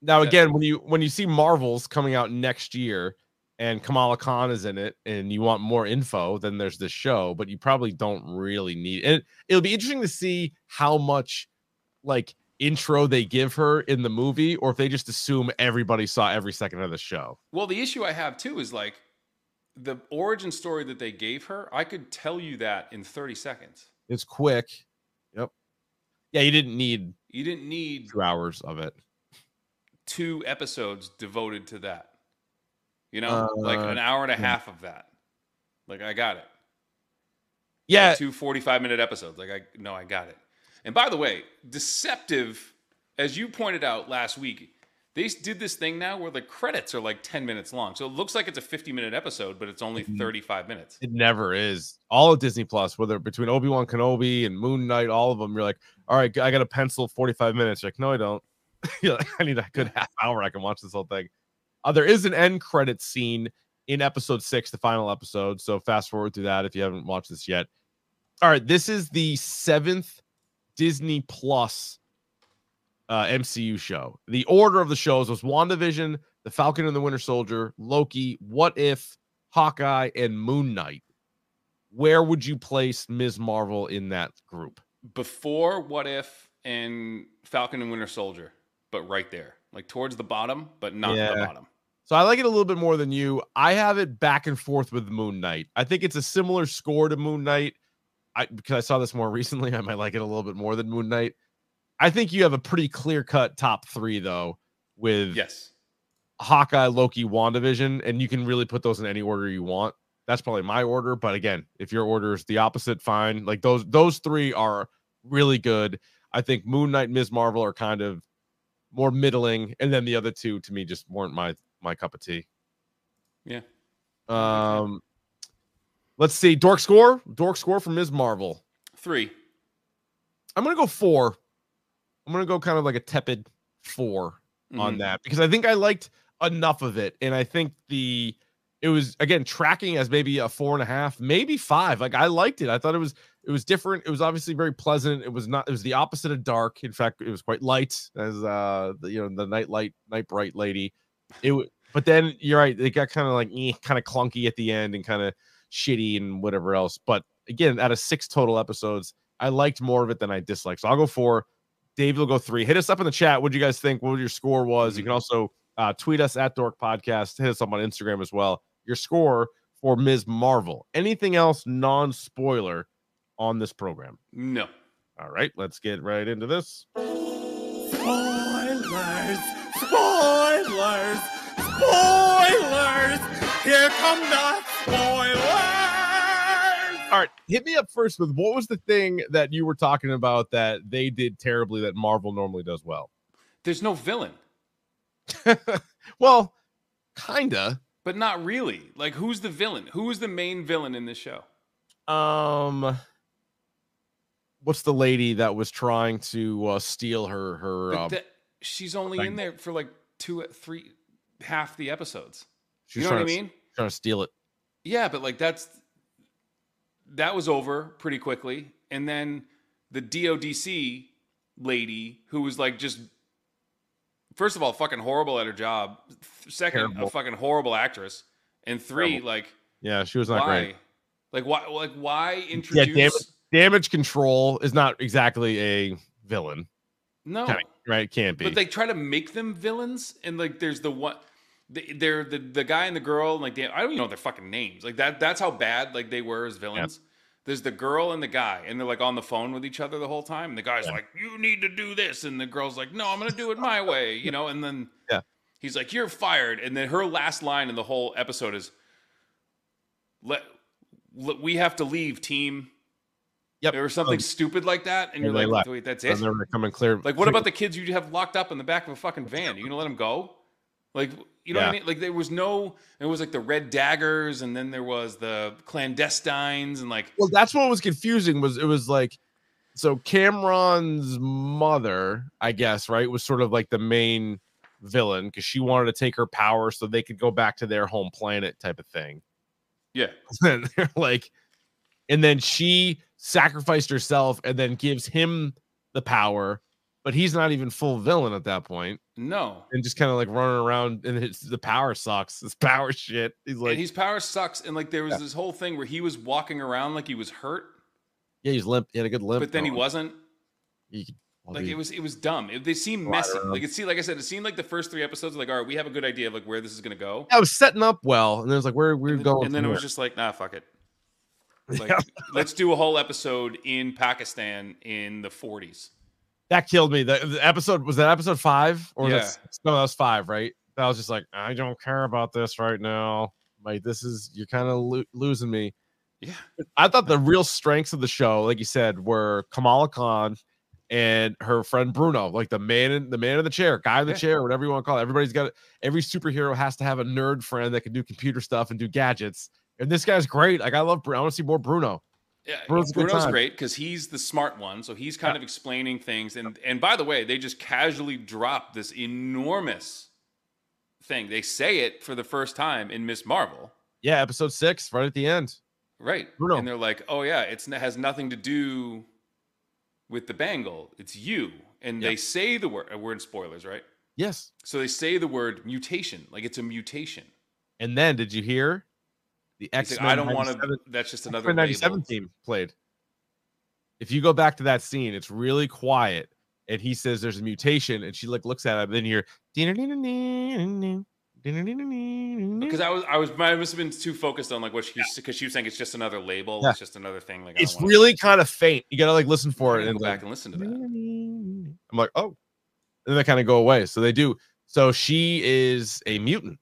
[SPEAKER 3] Now
[SPEAKER 5] Yeah.
[SPEAKER 3] again, when you when you see Marvels coming out next year and Kamala Khan is in it and you want more info, then there's this show, but you probably don't really need it. It'll be interesting to see how much like intro they give her in the movie or if they just assume everybody saw every second of the show.
[SPEAKER 5] Well, the issue I have too is like the origin story that they gave her, I could tell you that in 30 seconds.
[SPEAKER 3] It's quick. Yep. Yeah, you didn't need
[SPEAKER 5] You didn't need
[SPEAKER 3] two hours of it.
[SPEAKER 5] two episodes devoted to that. You know,
[SPEAKER 3] Uh,
[SPEAKER 5] like an hour and a
[SPEAKER 3] hmm.
[SPEAKER 5] half of that. Like I got it.
[SPEAKER 3] Yeah,
[SPEAKER 5] Like, two 45 minute episodes. Like I no, I got it. And by the way, deceptive as you pointed out last week, They s- did this thing now where the credits are like 10 minutes long. So it looks like it's a 50 minute episode, but it's only
[SPEAKER 3] Mm-hmm.
[SPEAKER 5] 35 minutes.
[SPEAKER 3] It never is. All of Disney Plus, whether between Obi Wan Kenobi and Moon Knight, all of them, you're like, all right, I got a pencil 45 minutes. You're like, no, I don't. You're like, I need a good half hour. I can watch this whole thing. Uh, there is an end credit scene in episode six, the final episode. So fast forward through that if you haven't watched this yet. All right, this is the seventh Disney Plus uh, MCU show. The order of the shows was WandaVision, The Falcon and the Winter Soldier, Loki, What If, Hawkeye, and Moon Knight. Where would you place Ms. Marvel in that group?
[SPEAKER 5] Before What If and Falcon and Winter Soldier, but right there, like towards the bottom, but not the
[SPEAKER 3] Yeah.
[SPEAKER 5] bottom.
[SPEAKER 3] So I like it a little bit more than you. I have it back and forth with Moon Knight. I think it's a similar score to Moon Knight. I because I saw this more recently, I might like it a little bit more than Moon Knight. I think you have a pretty clear cut top three though, with
[SPEAKER 5] Yes.
[SPEAKER 3] Hawkeye, Loki, WandaVision, and you can really put those in any order you want. That's probably my order, but again, if your order is the opposite, fine. Like those those three are really good. I think Moon Knight, Ms. Marvel are kind of more middling, and then the other two to me just weren't my my cup of tea.
[SPEAKER 5] Yeah.
[SPEAKER 3] Um, let's see. Dork score. Dork score from Ms. Marvel.
[SPEAKER 5] Three.
[SPEAKER 3] I'm gonna go four. I'm gonna go kind of like a tepid 4 on
[SPEAKER 5] Mhm.
[SPEAKER 3] that because I think I liked enough of it, and I think the it was again tracking as maybe a four and a half, maybe five. Like I liked it. I thought it was it was different. It was obviously very pleasant. It was not. It was the opposite of dark. In fact, it was quite light as uh the, you know the night light, night bright lady. It. wa- But then you're right. It got kind of like kind of clunky at the end and kind of shitty and whatever else. But again, out of six total episodes, I liked more of it than I disliked. So I'll go four. Dave will go three. Hit us up in the chat. What do you guys think? What your score was? You can also uh, tweet us at Dork Podcast. Hit us up on Instagram as well. Your score for Ms. Marvel. Anything else non spoiler on this program?
[SPEAKER 5] No.
[SPEAKER 3] All right, let's get right into this.
[SPEAKER 4] Spoilers! Spoilers! Spoilers! Here come the spoilers!
[SPEAKER 3] All right, hit me up first with what was the thing that you were talking about that they did terribly that Marvel normally does well?
[SPEAKER 5] There's no villain,
[SPEAKER 3] Well, kinda.
[SPEAKER 5] but not really. Like, who's the villain? Who is the main villain in this show?
[SPEAKER 3] Um, what's the lady that was trying to uh, steal her her?
[SPEAKER 5] But
[SPEAKER 3] Um,
[SPEAKER 5] that- she's only in
[SPEAKER 3] thank-
[SPEAKER 5] there for like two, three, half the episodes.
[SPEAKER 3] she was
[SPEAKER 5] you know what I
[SPEAKER 3] trying to-
[SPEAKER 5] mean?
[SPEAKER 3] trying to steal it.
[SPEAKER 5] Yeah, but like that's that was over pretty quickly, and then the DODC lady who was like just first of all fucking horrible at her job, th- second a
[SPEAKER 3] Terrible.
[SPEAKER 5] fucking horrible actress, and three like
[SPEAKER 3] Yeah, she was not
[SPEAKER 5] why,
[SPEAKER 3] great.
[SPEAKER 5] like why, like why
[SPEAKER 3] Yeah,
[SPEAKER 5] introduce?
[SPEAKER 3] damage, damage control is not exactly a villain,
[SPEAKER 5] no,
[SPEAKER 3] kinda right? It can't be.
[SPEAKER 5] But they try to make them villains, and like there's the one, they- they're the the guy and the girl, and like they, I don't even know their fucking names. Like that, that's how bad like they were as villains. There's the girl and the guy, and they're like on the phone with each other the whole time. And the guy's like, "You need to do this," and the girl's like, "No, I'm gonna do it my way," you know. And then
[SPEAKER 3] Yeah.
[SPEAKER 5] he's like, "You're fired," and then her last line in the whole episode is, "Let." let- We have to leave, team,
[SPEAKER 3] yep. Um,
[SPEAKER 5] or something stupid like that, and
[SPEAKER 3] and
[SPEAKER 5] you're
[SPEAKER 3] they
[SPEAKER 5] like,
[SPEAKER 3] left.
[SPEAKER 5] "Wait, that's
[SPEAKER 3] And
[SPEAKER 5] it."
[SPEAKER 3] they're gonna come and clear.
[SPEAKER 5] Like, what about the kids you have locked up in the back of a fucking van? You gonna let them go? Like, you know what I
[SPEAKER 3] Yeah.
[SPEAKER 5] mean? Like, there was no. It was like the red daggers, and then there was the clandestines, and like,
[SPEAKER 3] Well, that's what was confusing. Was it was like, so Cameron's mother, I guess, right, was sort of like the main villain because she wanted to take her power so they could go back to their home planet, type of thing.
[SPEAKER 5] yeah,
[SPEAKER 3] and they're like, and then she sacrificed herself and then gives him the power, but he's not even full villain at that point,
[SPEAKER 5] no.
[SPEAKER 3] and just kind of like running around and it's, the power sucks. This power shit. He's like,
[SPEAKER 5] and his power sucks, and like there was this whole thing where he was walking around like he was hurt,
[SPEAKER 3] yeah, he's limp. He had a good limp,
[SPEAKER 5] but then he
[SPEAKER 3] going.
[SPEAKER 5] wasn't.
[SPEAKER 3] He could- I'll
[SPEAKER 5] Like
[SPEAKER 3] be-
[SPEAKER 5] it was, it was dumb. It, they seemed
[SPEAKER 3] Right
[SPEAKER 5] messy.
[SPEAKER 3] around.
[SPEAKER 5] Like it seemed, like I said, it seemed like the first three episodes. Like, all right, we have a good idea of like where this is gonna go.
[SPEAKER 3] I was setting up well, and then it was like, where we're
[SPEAKER 5] and then,
[SPEAKER 3] going,
[SPEAKER 5] and then it
[SPEAKER 3] from
[SPEAKER 5] was
[SPEAKER 3] here.
[SPEAKER 5] just like, nah, fuck it. Like, let's do a whole episode in Pakistan in the 40s.
[SPEAKER 3] that killed me. The, the episode was that episode five or was that
[SPEAKER 5] Yeah.
[SPEAKER 3] six? no, that was five, right? That was just like, I don't care about this right now. Like, this is you're kind of lo- losing me.
[SPEAKER 5] Yeah.
[SPEAKER 3] I thought the real strengths of the show, like you said, were Kamala Khan and her friend Bruno, like the man in the man in the chair, guy in the chair, whatever you want to call it. Everybody's got every superhero has to have a nerd friend that can do computer stuff and do gadgets. And this guy's great. Like I love Bruno. I want to see more Bruno.
[SPEAKER 5] Yeah,
[SPEAKER 3] Bruno's a good
[SPEAKER 5] Bruno's
[SPEAKER 3] time.
[SPEAKER 5] great because he's the smart one, so he's kind of explaining things. And and by the way, they just casually drop this enormous thing. They say it for the first time in Miss Marvel,
[SPEAKER 3] Yeah, episode six, right at the end.
[SPEAKER 5] right?
[SPEAKER 3] Bruno.
[SPEAKER 5] And they're like, "Oh yeah, it's it has nothing to do with the bangle. It's you." And they say the word. We're in spoilers, right?
[SPEAKER 3] Yes.
[SPEAKER 5] So they say the word mutation, like it's a mutation.
[SPEAKER 3] And then did you hear the
[SPEAKER 5] He's
[SPEAKER 3] X?
[SPEAKER 5] like, I don't want to. That's just another label.
[SPEAKER 3] 97 team played. If you go back to that scene, it's really quiet, and he says there's a mutation, and she like looks at him, and then you hear
[SPEAKER 5] Because
[SPEAKER 3] because
[SPEAKER 5] I was, I was, I must have been too focused on like what she's because she was saying it's just another label,
[SPEAKER 3] Yeah.
[SPEAKER 5] it's just another thing. Like I
[SPEAKER 3] it's
[SPEAKER 5] don't wanna-
[SPEAKER 3] really kind of faint. You gotta like listen
[SPEAKER 5] I'm
[SPEAKER 3] for
[SPEAKER 5] gonna
[SPEAKER 3] it and
[SPEAKER 5] go
[SPEAKER 3] like,
[SPEAKER 5] back and listen to that.
[SPEAKER 3] I'm like, oh, and then they kind of go away. So they do. So she is a mutant.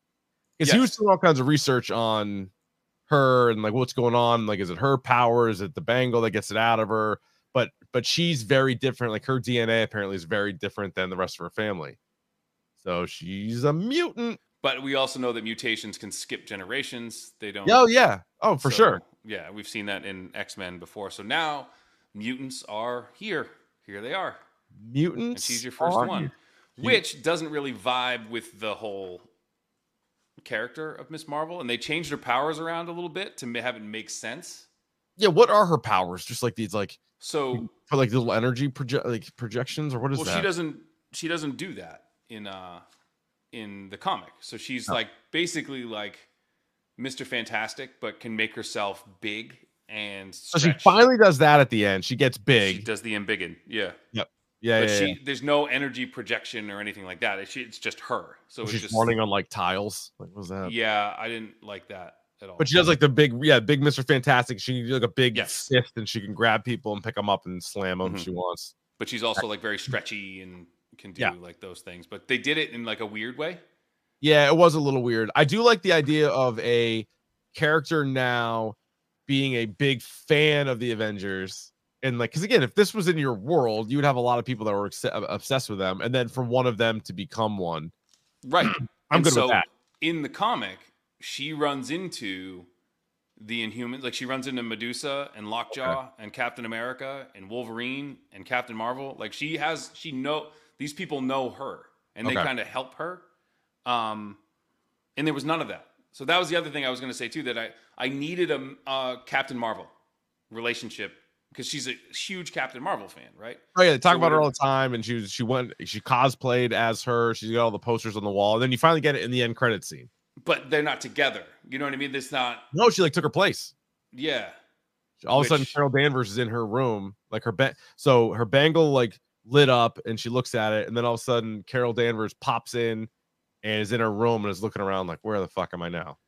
[SPEAKER 3] Because he was
[SPEAKER 5] Yes.
[SPEAKER 3] doing all kinds of research on her and like what's going on. Like, is it her power? Is it the bangle that gets it out of her? But but she's very different. Like her DNA apparently is very different than the rest of her family. So she's a mutant.
[SPEAKER 5] But we also know that mutations can skip generations. They don't.
[SPEAKER 3] Oh yeah. Oh for
[SPEAKER 5] so,
[SPEAKER 3] sure.
[SPEAKER 5] Yeah, we've seen that in X Men before. So now mutants are here. Here they are,
[SPEAKER 3] Mutants.
[SPEAKER 5] and she's your first
[SPEAKER 3] are-
[SPEAKER 5] one, which doesn't really vibe with the whole character of Miss Marvel. And they changed her powers around a little bit to ma- have it make sense.
[SPEAKER 3] Yeah. What are her powers? Just like these like
[SPEAKER 5] So
[SPEAKER 3] for like little energy project like projections or what is
[SPEAKER 5] well,
[SPEAKER 3] that?
[SPEAKER 5] she doesn't. She doesn't do that in uh in the comic. So
[SPEAKER 3] Oh.
[SPEAKER 5] she's like basically like Mister Fantastic, but can make herself big and.
[SPEAKER 3] So she
[SPEAKER 5] stretch.
[SPEAKER 3] finally does that at the end. She gets big.
[SPEAKER 5] She does the embiggen, yeah.
[SPEAKER 3] yeah,
[SPEAKER 5] but
[SPEAKER 3] yeah,
[SPEAKER 5] she
[SPEAKER 3] yeah.
[SPEAKER 5] there's no energy projection or anything like that. It's, she- it's just her. So
[SPEAKER 3] She's
[SPEAKER 5] it's just
[SPEAKER 3] running on like tiles. Like what was that?
[SPEAKER 5] Yeah, I didn't like that at all.
[SPEAKER 3] But she does like the big, yeah, big Mr. Fantastic. She can do like a big
[SPEAKER 5] Yes.
[SPEAKER 3] fist, and she can grab people and pick them up and slam them if
[SPEAKER 5] Mhm.
[SPEAKER 3] she wants.
[SPEAKER 5] But she's also like very stretchy and can do
[SPEAKER 3] Yeah.
[SPEAKER 5] like those things. But they did it in like a weird way.
[SPEAKER 3] Yeah, it was a little weird. I do like the idea of a character now being a big fan of the Avengers. And like, because again, if this was in your world, you would have a lot of people that were obs- obsessed with them, and then for one of them to become one,
[SPEAKER 5] Right.
[SPEAKER 3] I'm
[SPEAKER 5] And
[SPEAKER 3] good
[SPEAKER 5] so
[SPEAKER 3] with that.
[SPEAKER 5] In the comic, she runs into the Inhumans. Like she runs into Medusa and Lockjaw and Captain America and Wolverine and Captain Marvel. Like she has, she know these people know her and they
[SPEAKER 3] Okay.
[SPEAKER 5] kind of help her. Um, and there was none of that. So that was the other thing I was going to say too. That I I needed a uh, Captain Marvel relationship because she's a huge Captain Marvel fan, right?
[SPEAKER 3] Oh yeah, they talk
[SPEAKER 5] So
[SPEAKER 3] about
[SPEAKER 5] we're-
[SPEAKER 3] her all the time, and she was she went she cosplayed as her. She's got all the posters on the wall, and then you finally get it in the end credit scene.
[SPEAKER 5] But they're not together. You know what I mean? It's not.
[SPEAKER 3] No, she like took her place.
[SPEAKER 5] Yeah.
[SPEAKER 3] All of a sudden,
[SPEAKER 5] Which-
[SPEAKER 3] Carol Danvers is in her room, like her ba- so her bangle like lit up, and she looks at it, and then all of a sudden, Carol Danvers pops in and is in her room and is looking around like, "Where the fuck am I now?"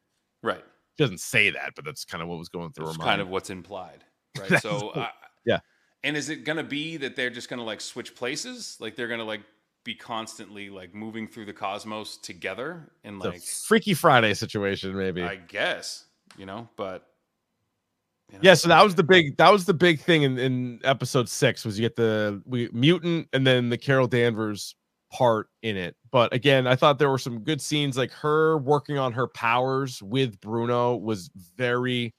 [SPEAKER 5] Right.
[SPEAKER 3] She doesn't say that, but that's kind of what was going through
[SPEAKER 5] It's
[SPEAKER 3] her
[SPEAKER 5] kind
[SPEAKER 3] mind.
[SPEAKER 5] of what's implied, right?
[SPEAKER 3] That's
[SPEAKER 5] so,
[SPEAKER 3] cool.
[SPEAKER 5] I-
[SPEAKER 3] Yeah.
[SPEAKER 5] And is it gonna be that they're just gonna like switch places? Like they're gonna like be constantly like moving through the cosmos together, and
[SPEAKER 3] It's a
[SPEAKER 5] like
[SPEAKER 3] Freaky Friday situation, maybe.
[SPEAKER 5] I guess you know, but you know,
[SPEAKER 3] yeah so that was the big that was the big thing in, in episode six was you get the we, mutant and then the carol danvers part in it but again i thought there were some good scenes like her working on her powers with bruno was very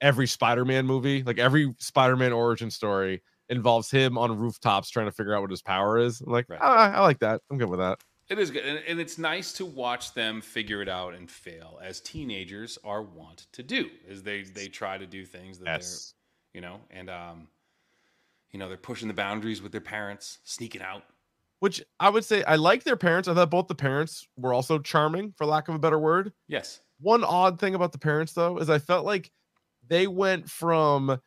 [SPEAKER 3] every spider-man movie like every spider-man origin story involves him on rooftops trying to figure out what his power is I'm like
[SPEAKER 5] Right.
[SPEAKER 3] "Ah, i like that i'm good with that
[SPEAKER 5] it is good, and, and it's nice to watch them figure it out and fail, as teenagers are wont to do, as they they try to do things that they're
[SPEAKER 3] yes
[SPEAKER 5] you know, and um, you know, they're pushing the boundaries with their parents, sneaking out.
[SPEAKER 3] which i would say i like their parents i thought both the parents were also charming for lack of a better word
[SPEAKER 5] Yes,
[SPEAKER 3] one odd thing about the parents though is I felt like they went from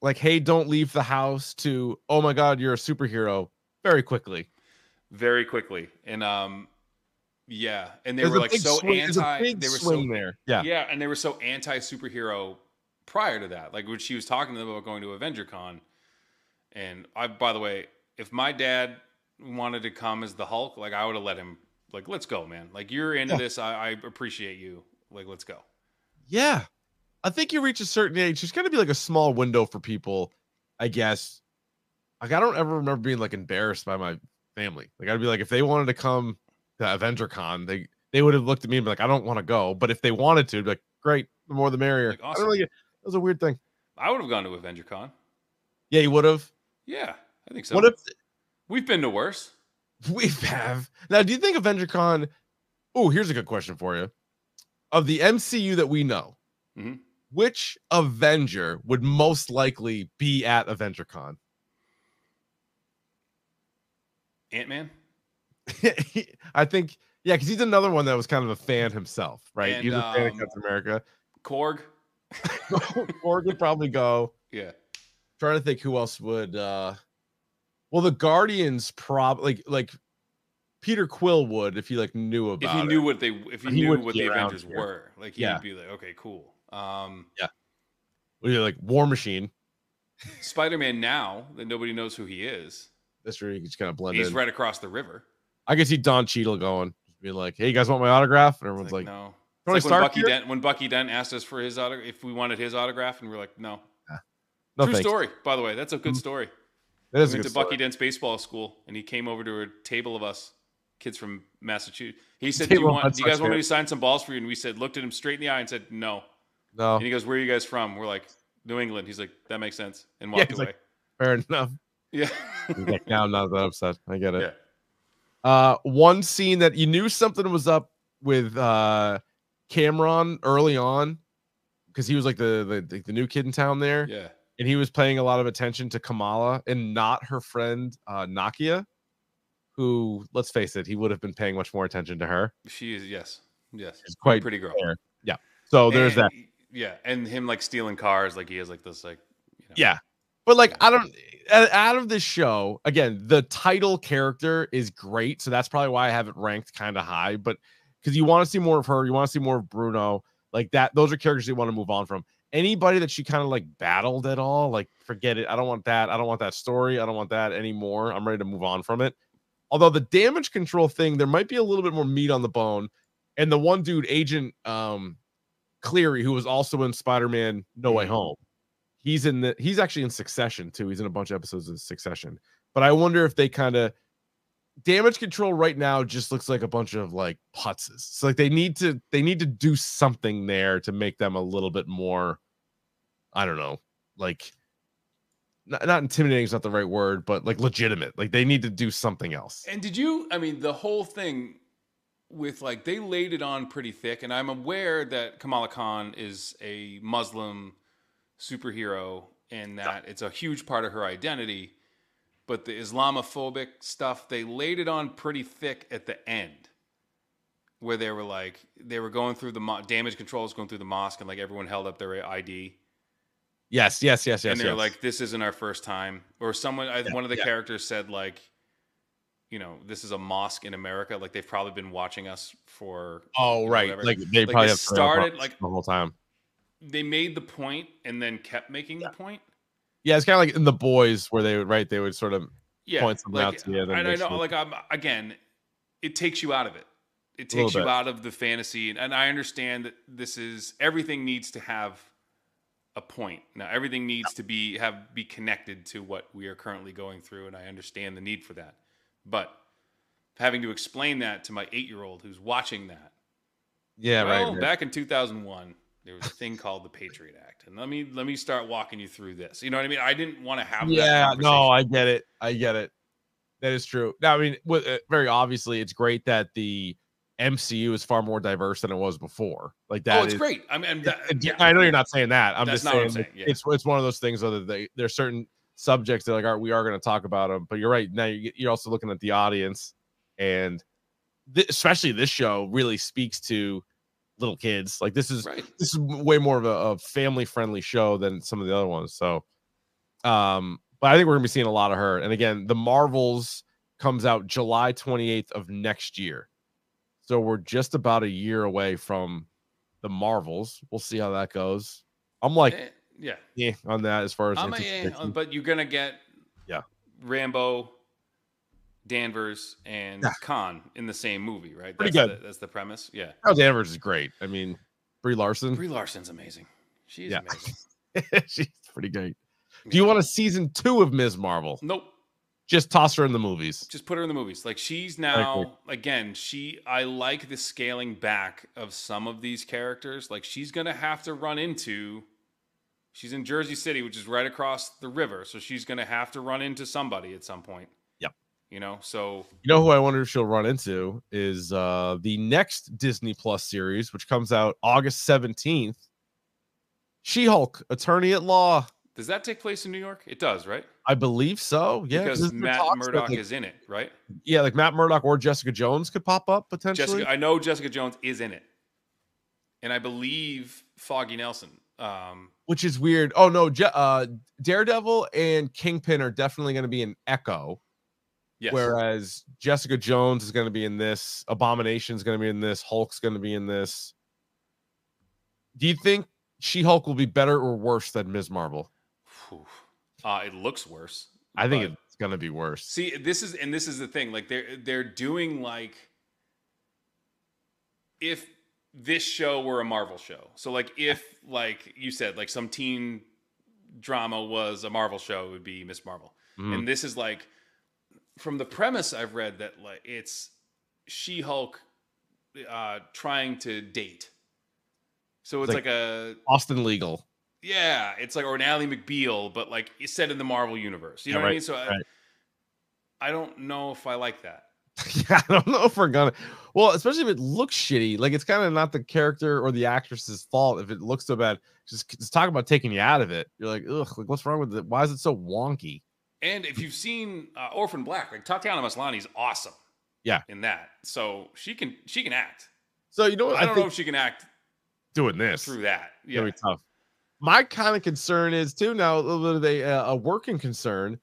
[SPEAKER 3] like hey don't leave the house to oh my god you're a superhero very quickly.
[SPEAKER 5] very quickly and um yeah and they
[SPEAKER 3] There's
[SPEAKER 5] were
[SPEAKER 3] a
[SPEAKER 5] like
[SPEAKER 3] big
[SPEAKER 5] so
[SPEAKER 3] swing- there's a
[SPEAKER 5] anti
[SPEAKER 3] big
[SPEAKER 5] they were
[SPEAKER 3] swing
[SPEAKER 5] so
[SPEAKER 3] there. Yeah.
[SPEAKER 5] yeah and they were so anti superhero prior to that like when she was talking to them about going to avenger con and i by the way if my dad wanted to come as the hulk like i would have let him like let's go man like you're into
[SPEAKER 3] Yeah.
[SPEAKER 5] this I, I appreciate you like let's go
[SPEAKER 3] Yeah. I think you reach a certain age there's going to be like a small window for people I guess. Like I don't ever remember being like embarrassed by my family. Like I'd be like, if they wanted to come to Avenger Con, they they would have looked at me and be like, I don't want to go. But if they wanted to, I'd be like, great, the more the merrier.
[SPEAKER 5] Like,
[SPEAKER 3] I don't
[SPEAKER 5] awesome.
[SPEAKER 3] really- that was a weird thing.
[SPEAKER 5] I would have gone to AvengerCon.
[SPEAKER 3] Yeah, you would have.
[SPEAKER 5] Yeah, I think so.
[SPEAKER 3] What if
[SPEAKER 5] We've been to worse.
[SPEAKER 3] We have. Now, do you think AvengerCon? Oh, here's a good question for you. Of the MCU that we know,
[SPEAKER 5] Mhm.
[SPEAKER 3] which Avenger would most likely be at AvengerCon?
[SPEAKER 5] Ant Man.
[SPEAKER 3] I think, yeah, because he's another one that was kind of a fan himself, right?
[SPEAKER 5] And,
[SPEAKER 3] he's a fan of
[SPEAKER 5] um,
[SPEAKER 3] Captain America.
[SPEAKER 5] Korg.
[SPEAKER 3] Korg would probably go.
[SPEAKER 5] Yeah.
[SPEAKER 3] trying to think who else would uh well the guardians prob like like peter quill would if he like knew
[SPEAKER 5] If
[SPEAKER 3] about
[SPEAKER 5] you
[SPEAKER 3] it.
[SPEAKER 5] knew what they if you
[SPEAKER 3] He
[SPEAKER 5] knew
[SPEAKER 3] wouldn't
[SPEAKER 5] what
[SPEAKER 3] be
[SPEAKER 5] the
[SPEAKER 3] around
[SPEAKER 5] Avengers
[SPEAKER 3] here.
[SPEAKER 5] were, like
[SPEAKER 3] Yeah.
[SPEAKER 5] you'd be like, okay, cool. Um,
[SPEAKER 3] Would be like war machine
[SPEAKER 5] Spider Man now that nobody knows who he is.
[SPEAKER 3] that's where you can just kind of blend
[SPEAKER 5] He's
[SPEAKER 3] in
[SPEAKER 5] right across the river.
[SPEAKER 3] i could see don Cheadle going being like hey you guys want my autograph and everyone's
[SPEAKER 5] It's
[SPEAKER 3] like,
[SPEAKER 5] no.
[SPEAKER 3] Tony
[SPEAKER 5] It's like when
[SPEAKER 3] Stark
[SPEAKER 5] Bucky
[SPEAKER 3] here?
[SPEAKER 5] Dent when Bucky Dent asked us for his autograph, if we wanted his autograph, and we are like, no.
[SPEAKER 3] no
[SPEAKER 5] True
[SPEAKER 3] thanks
[SPEAKER 5] story, by the way. That's a good story.
[SPEAKER 3] that is a good
[SPEAKER 5] went to
[SPEAKER 3] story.
[SPEAKER 5] Bucky Dent's baseball school, and he came over to a table of us kids from Massachusetts. He said, "Do you
[SPEAKER 3] Table of
[SPEAKER 5] want? Do you guys
[SPEAKER 3] Massachusetts.
[SPEAKER 5] want me to sign some balls for you?" And we said, looked at him straight in the eye and said, "No."
[SPEAKER 3] no
[SPEAKER 5] And he goes, "Where are you guys from?" We're like, "New England." He's like, "That makes sense," and
[SPEAKER 3] Yeah,
[SPEAKER 5] walked
[SPEAKER 3] he's
[SPEAKER 5] away.
[SPEAKER 3] like- fair enough
[SPEAKER 5] yeah.
[SPEAKER 3] He's like, now i'm not that upset i get it
[SPEAKER 5] yeah.
[SPEAKER 3] uh one scene that you knew something was up with uh cameron early on because he was like the, the the- the new kid in town there
[SPEAKER 5] Yeah.
[SPEAKER 3] and he was paying a lot of attention to Kamala and not her friend uh, Nakia, who, let's face it, he would have been paying much more attention to her.
[SPEAKER 5] She is. Yes. Yes.
[SPEAKER 3] She's quite
[SPEAKER 5] Pretty girl.
[SPEAKER 3] fair. so. There's that.
[SPEAKER 5] And- Yeah, and him like stealing cars, like he has like this like. You know,
[SPEAKER 3] Yeah, but like I don't. uh, Out of this show, again, the title character is great, so that's probably why I have it ranked kind of high. But because you want to see more of her, you want to see more of Bruno, like that. Those are characters you want to move on from. Anybody that she kind of like battled at all, like forget it. I don't want that. I don't want that story. I don't want that anymore. I'm ready to move on from it. Although the damage control thing, there might be a little bit more meat on the bone. And the one dude, Agent um Cleary, who was also in Spider-Man No
[SPEAKER 5] Mm-hmm.
[SPEAKER 3] Way Home, he's in the he's actually in Succession too. He's in a bunch of episodes of Succession. But I wonder if they kind of damage control right now just looks like a bunch of like putzes. So like they need to they need to do something there to make them a little bit more I don't know, like not, not intimidating is not the right word, but like legitimate. Like they need to do something else.
[SPEAKER 5] And did you? I mean, the whole thing with like they laid it on pretty thick, and I'm aware that Kamala Khan is a Muslim superhero and that it's a huge part of her identity. But the Islamophobic stuff, they laid it on pretty thick at the end, where they were like they were going through the mo- damage controls, going through the mosque, and like everyone held up their ID.
[SPEAKER 3] Yes, yes, yes, yes.
[SPEAKER 5] and they're
[SPEAKER 3] yes.
[SPEAKER 5] like, "This isn't our first time." Or someone, I, one of the
[SPEAKER 3] yeah.
[SPEAKER 5] characters said, like, you know, this is a mosque in America. Like they've probably been watching us for.
[SPEAKER 3] oh right,
[SPEAKER 5] whatever.
[SPEAKER 3] like they
[SPEAKER 5] Like,
[SPEAKER 3] probably
[SPEAKER 5] it
[SPEAKER 3] have cerebral
[SPEAKER 5] started,
[SPEAKER 3] palsy
[SPEAKER 5] like-
[SPEAKER 3] the whole time.
[SPEAKER 5] They made the point and then kept making the point.
[SPEAKER 3] Yeah, it's kind of like in the boys where they would right, they would sort of
[SPEAKER 5] Yeah,
[SPEAKER 3] Point something out to you, then
[SPEAKER 5] And I
[SPEAKER 3] makes
[SPEAKER 5] know,
[SPEAKER 3] you-
[SPEAKER 5] like, I'm again, it takes you out of it. It
[SPEAKER 3] Little
[SPEAKER 5] takes you
[SPEAKER 3] bit.
[SPEAKER 5] out of the fantasy, and, and I understand that this is everything needs to have a point. Now, everything needs to be have be connected to what we are currently going through, and I understand the need for that. But having to explain that to my eight year old who's watching that,
[SPEAKER 3] yeah, right,
[SPEAKER 5] well,
[SPEAKER 3] right.
[SPEAKER 5] back in 2001, there was a thing called the Patriot Act, and let me let me start walking you through this. You know what I mean? I didn't want to have
[SPEAKER 3] Yeah,
[SPEAKER 5] That
[SPEAKER 3] no, I get it. I get it. That is true. Now, I mean, with, uh, very obviously, it's great that the MCU is far more diverse than it was before. Like that
[SPEAKER 5] oh, it's
[SPEAKER 3] is-
[SPEAKER 5] great. I mean, and that,
[SPEAKER 3] it-
[SPEAKER 5] yeah.
[SPEAKER 3] I know you're not saying that. I'm
[SPEAKER 5] That's
[SPEAKER 3] just
[SPEAKER 5] not what
[SPEAKER 3] saying,
[SPEAKER 5] I'm saying,
[SPEAKER 3] it-
[SPEAKER 5] yeah.
[SPEAKER 3] it's it's one of those things. Other they, there's certain subjects that like, all right, we are going to talk about them. But you're right. Now you get- you're also looking at the audience, and thi- especially this show really speaks to little kids. Like this is
[SPEAKER 5] Right.
[SPEAKER 3] this is way more of a, a family friendly show than some of the other ones. So, um, but I think we're gonna be seeing a lot of her. And again, the Marvels comes out July 28th of next year, so we're just about a year away from the Marvels. We'll see how that goes. I'm like
[SPEAKER 5] Eh, yeah.
[SPEAKER 3] eh, on that as far as
[SPEAKER 5] I'm a, eh,
[SPEAKER 3] anticipation.
[SPEAKER 5] uh, but you're gonna get
[SPEAKER 3] Yeah.
[SPEAKER 5] Rambo, Danvers, and
[SPEAKER 3] Yeah.
[SPEAKER 5] Khan in the same movie, right?
[SPEAKER 3] Pretty
[SPEAKER 5] that's
[SPEAKER 3] good. Mm-hmm.
[SPEAKER 5] The, that's the premise. Yeah.
[SPEAKER 3] Carol Danvers is great. I mean, Brie Larson,
[SPEAKER 5] Brie Larson's amazing. She's
[SPEAKER 3] Yeah.
[SPEAKER 5] amazing.
[SPEAKER 3] she's pretty great. Do you want a season two of Ms. Marvel?
[SPEAKER 5] Nope.
[SPEAKER 3] Just toss her in the movies.
[SPEAKER 5] Just put her in the movies. Like she's now again. She I like the scaling back of some of these characters. Like she's gonna have to run into. She's in Jersey City, which is right across the river, so she's gonna have to run into somebody at some point.
[SPEAKER 3] Yep.
[SPEAKER 5] You know, so
[SPEAKER 3] You know who I wonder if she'll run into is uh the next Disney Plus series, which comes out August 17th. She Hulk, attorney at law.
[SPEAKER 5] does that take place in New York? It does, right?
[SPEAKER 3] I believe so. Yeah,
[SPEAKER 5] because
[SPEAKER 3] there's been
[SPEAKER 5] Matt
[SPEAKER 3] talks that,
[SPEAKER 5] Murdock
[SPEAKER 3] like-
[SPEAKER 5] is in it, right?
[SPEAKER 3] yeah, like Matt Murdock or Jessica Jones could pop up potentially.
[SPEAKER 5] Jessica, I know Jessica Jones is in it, and I believe Foggy Nelson. Um,
[SPEAKER 3] which is weird. Oh no, Je- uh, Daredevil and Kingpin are definitely going to be in Echo,
[SPEAKER 5] yes,
[SPEAKER 3] whereas Jessica Jones is going to be in this. Abomination's going to be in this. Hulk's going to be in this. Do you think She Hulk will be better or worse than Ms. Marvel?
[SPEAKER 5] Phew. Uh, it looks worse.
[SPEAKER 3] I think
[SPEAKER 5] but-
[SPEAKER 3] it's going to be worse.
[SPEAKER 5] See, this is and this is the thing. Like they're they're doing like if this show were a Marvel show. So like if like you said, like some teen drama was a Marvel show, it would be Miss Marvel.
[SPEAKER 3] Mm.
[SPEAKER 5] And this is like from the premise I've read that like it's She Hulk uh trying to date. So it's
[SPEAKER 3] It's like-
[SPEAKER 5] like a
[SPEAKER 3] Austin Legal.
[SPEAKER 5] yeah, it's like or an Ally McBeal, but like it's set in the Marvel universe. You know
[SPEAKER 3] Yeah,
[SPEAKER 5] what I
[SPEAKER 3] right,
[SPEAKER 5] mean? So uh,
[SPEAKER 3] right.
[SPEAKER 5] I, I don't know if I like that.
[SPEAKER 3] yeah, I don't know if we're gonna. Well, especially if it looks shitty. Like it's kind of not the character or the actress's fault if it looks so bad. Just, just talk about taking you out of it. You're like, ugh, like what's wrong with it? Why is it so wonky?
[SPEAKER 5] And if you've seen uh, Orphan Black, like Tatiana Maslany's awesome.
[SPEAKER 3] Yeah.
[SPEAKER 5] in that, so she can she can act.
[SPEAKER 3] So you know what?
[SPEAKER 5] I,
[SPEAKER 3] I,
[SPEAKER 5] don't
[SPEAKER 3] think
[SPEAKER 5] know if she can act
[SPEAKER 3] doing this
[SPEAKER 5] through that.
[SPEAKER 3] yeah.
[SPEAKER 5] Yeah,
[SPEAKER 3] be tough. My kind of concern is too now a little bit of a, uh, a working concern.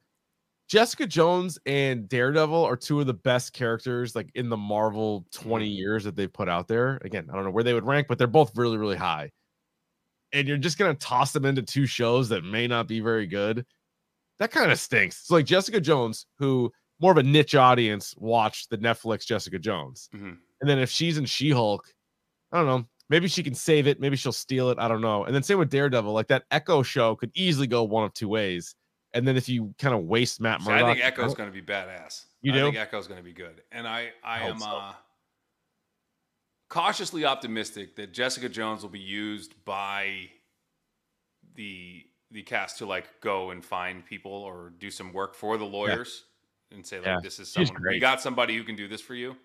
[SPEAKER 3] Jessica Jones and Daredevil are two of the best characters like in the Marvel 20 years that they've put out there. Again, I don't know where they would rank, but they're both really, really high. And you're just gonna toss them into two shows that may not be very good. That kind of stinks. It's like Jessica Jones, who more of a niche audience watched the Netflix Jessica Jones.
[SPEAKER 5] Mhm.
[SPEAKER 3] And then if she's in She Hulk, I don't know. Maybe she can save it. Maybe she'll steal it. I don't know. And then same with Daredevil. Like that Echo show could easily go one of two ways. And then if you kind of waste Matt
[SPEAKER 5] See,
[SPEAKER 3] Murdock,
[SPEAKER 5] I think Echo's
[SPEAKER 3] don't-
[SPEAKER 5] going to be badass.
[SPEAKER 3] You
[SPEAKER 5] I
[SPEAKER 3] do?
[SPEAKER 5] think Echo's going to be good, and I I
[SPEAKER 3] hope
[SPEAKER 5] am
[SPEAKER 3] so.
[SPEAKER 5] uh, cautiously optimistic that Jessica Jones will be used by the the cast to like go and find people or do some work for the lawyers and say like
[SPEAKER 3] Yeah.
[SPEAKER 5] this is
[SPEAKER 3] She's
[SPEAKER 5] someone we
[SPEAKER 3] great.
[SPEAKER 5] got somebody who can do this for you.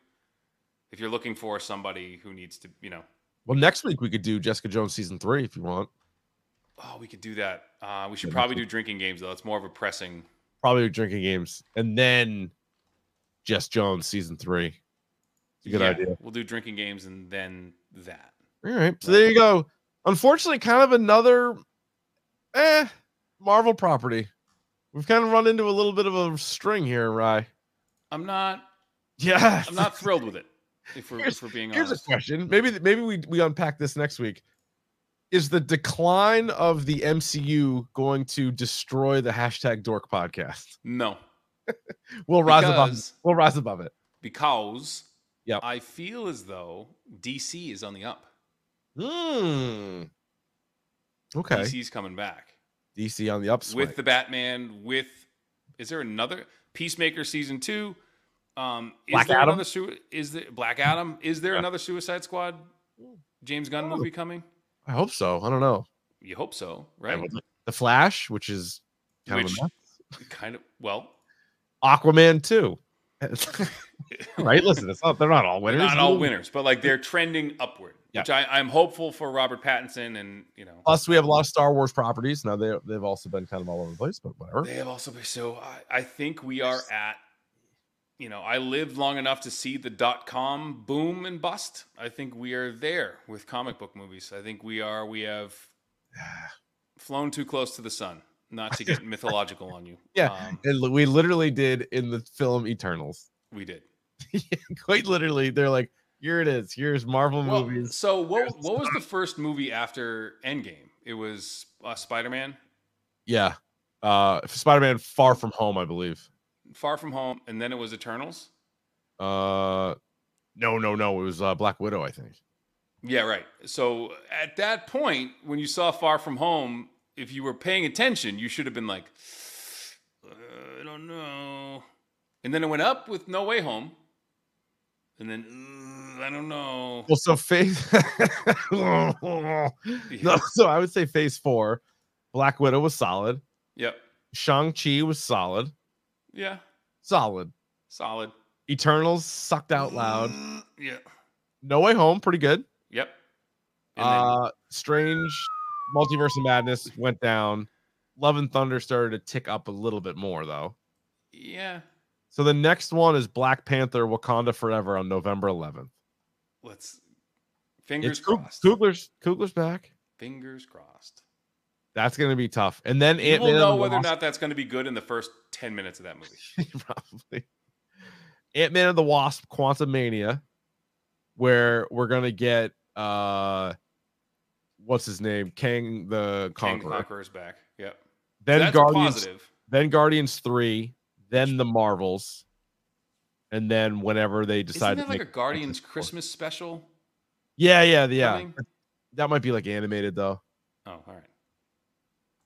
[SPEAKER 5] If you're looking for somebody who needs to, you know,
[SPEAKER 3] well, next week we could do Jessica Jones season three if you want.
[SPEAKER 5] oh, we could do that. Uh, we should
[SPEAKER 3] Yeah,
[SPEAKER 5] probably do drinking games though. That's more of a pressing.
[SPEAKER 3] Probably drinking games. And then Jess Jones season three. It's a good
[SPEAKER 5] Yeah,
[SPEAKER 3] idea.
[SPEAKER 5] We'll do drinking games and then that.
[SPEAKER 3] All right. So there you go. Unfortunately, kind of another eh Marvel property. We've kind of run into a little bit of a string here, Rye.
[SPEAKER 5] I'm not
[SPEAKER 3] Yeah.
[SPEAKER 5] I'm not thrilled with it. If we're, if we're being
[SPEAKER 3] Here's a
[SPEAKER 5] honest,
[SPEAKER 3] question. Maybe th- maybe we we unpack this next week. Is the decline of the MCU going to destroy the hashtag Dork podcast?
[SPEAKER 5] no,
[SPEAKER 3] We'll rise above. it.
[SPEAKER 5] Because-
[SPEAKER 3] We'll rise above it.
[SPEAKER 5] because
[SPEAKER 3] Yep.
[SPEAKER 5] I feel as though DC is on the up. Hmm.
[SPEAKER 3] Mm. Okay. DC,
[SPEAKER 5] DC's coming back
[SPEAKER 3] on the upswing.
[SPEAKER 5] with the Batman. With is there another Peacemaker season two? Um, is
[SPEAKER 3] Black
[SPEAKER 5] there
[SPEAKER 3] Adam?
[SPEAKER 5] Another sui- is there Black Adam? Is there another Suicide Squad James Gunn movie coming?
[SPEAKER 3] I hope so. I don't know.
[SPEAKER 5] You hope so,
[SPEAKER 3] I
[SPEAKER 5] right?
[SPEAKER 3] would- The Flash, which is kind
[SPEAKER 5] Which-
[SPEAKER 3] of a mess.
[SPEAKER 5] Kind of. Well,
[SPEAKER 3] Aquaman too. right? Listen, it's not. They're not all winners.
[SPEAKER 5] not all winners, but like they're trending upward,
[SPEAKER 3] Yeah.
[SPEAKER 5] which I, I'm hopeful for Robert Pattinson and you know.
[SPEAKER 3] Plus, we have a lot of Star Wars properties. Now they they've also been kind of all over the place, but whatever.
[SPEAKER 5] They have also been so. I, I think we are at. You know, I lived long enough to see the dot com boom and bust. I think we are there with comic book movies. I think we are. We have flown too close to the sun. Not to get mythological on you.
[SPEAKER 3] Yeah.
[SPEAKER 5] um,
[SPEAKER 3] And li- we literally did in the film Eternals.
[SPEAKER 5] we did.
[SPEAKER 3] Quite literally, they're like, here it is. Here's Marvel
[SPEAKER 5] Well,
[SPEAKER 3] movies.
[SPEAKER 5] so what?
[SPEAKER 3] There's
[SPEAKER 5] What was the first movie after Endgame? It was uh, Spider Man,
[SPEAKER 3] Yeah. Uh Spider-Man Far From Home, I believe.
[SPEAKER 5] Far From Home, and then it was Eternals.
[SPEAKER 3] Uh no, no, no. It was uh, Black Widow, I think.
[SPEAKER 5] Yeah, right. So at that point, when you saw Far From Home, if you were paying attention, you should have been like, "Uh, I don't know. and then it went up with No Way Home, and then mm, I don't know.
[SPEAKER 3] Well, so phase. no, so I would say phase four. Black Widow was solid.
[SPEAKER 5] Yep.
[SPEAKER 3] Shang Chi was solid.
[SPEAKER 5] Yeah.
[SPEAKER 3] Solid.
[SPEAKER 5] Solid.
[SPEAKER 3] Eternals sucked out loud.
[SPEAKER 5] Mm, Yeah.
[SPEAKER 3] No Way Home, pretty good.
[SPEAKER 5] Yep. And then-
[SPEAKER 3] Uh, Strange, Multiverse of Madness went down. Love and Thunder started to tick up a little bit more though.
[SPEAKER 5] yeah.
[SPEAKER 3] So the next one is Black Panther: Wakanda Forever on November 11th.
[SPEAKER 5] Let's. Fingers
[SPEAKER 3] It's Kug-
[SPEAKER 5] crossed.
[SPEAKER 3] Kugler's Kugler's back.
[SPEAKER 5] Fingers crossed.
[SPEAKER 3] That's gonna be tough. And then
[SPEAKER 5] You
[SPEAKER 3] Ant
[SPEAKER 5] will
[SPEAKER 3] Man
[SPEAKER 5] know whether or not that's going to be good in the first ten minutes of that movie.
[SPEAKER 3] probably Ant Man and the Wasp: Quantum Mania, where we're gonna get uh, what's his name? Kang the
[SPEAKER 5] King
[SPEAKER 3] Conqueror.
[SPEAKER 5] Conqueror's back. Yep.
[SPEAKER 3] Then
[SPEAKER 5] that's a
[SPEAKER 3] Guardians.
[SPEAKER 5] positive.
[SPEAKER 3] Then Guardians three. Then the Marvels. And then whenever they
[SPEAKER 5] Isn't
[SPEAKER 3] decide
[SPEAKER 5] that
[SPEAKER 3] to
[SPEAKER 5] like a
[SPEAKER 3] make-
[SPEAKER 5] Guardians Christmas special?
[SPEAKER 3] yeah, yeah, yeah.
[SPEAKER 5] coming?
[SPEAKER 3] That might be like animated though,
[SPEAKER 5] Oh, all right.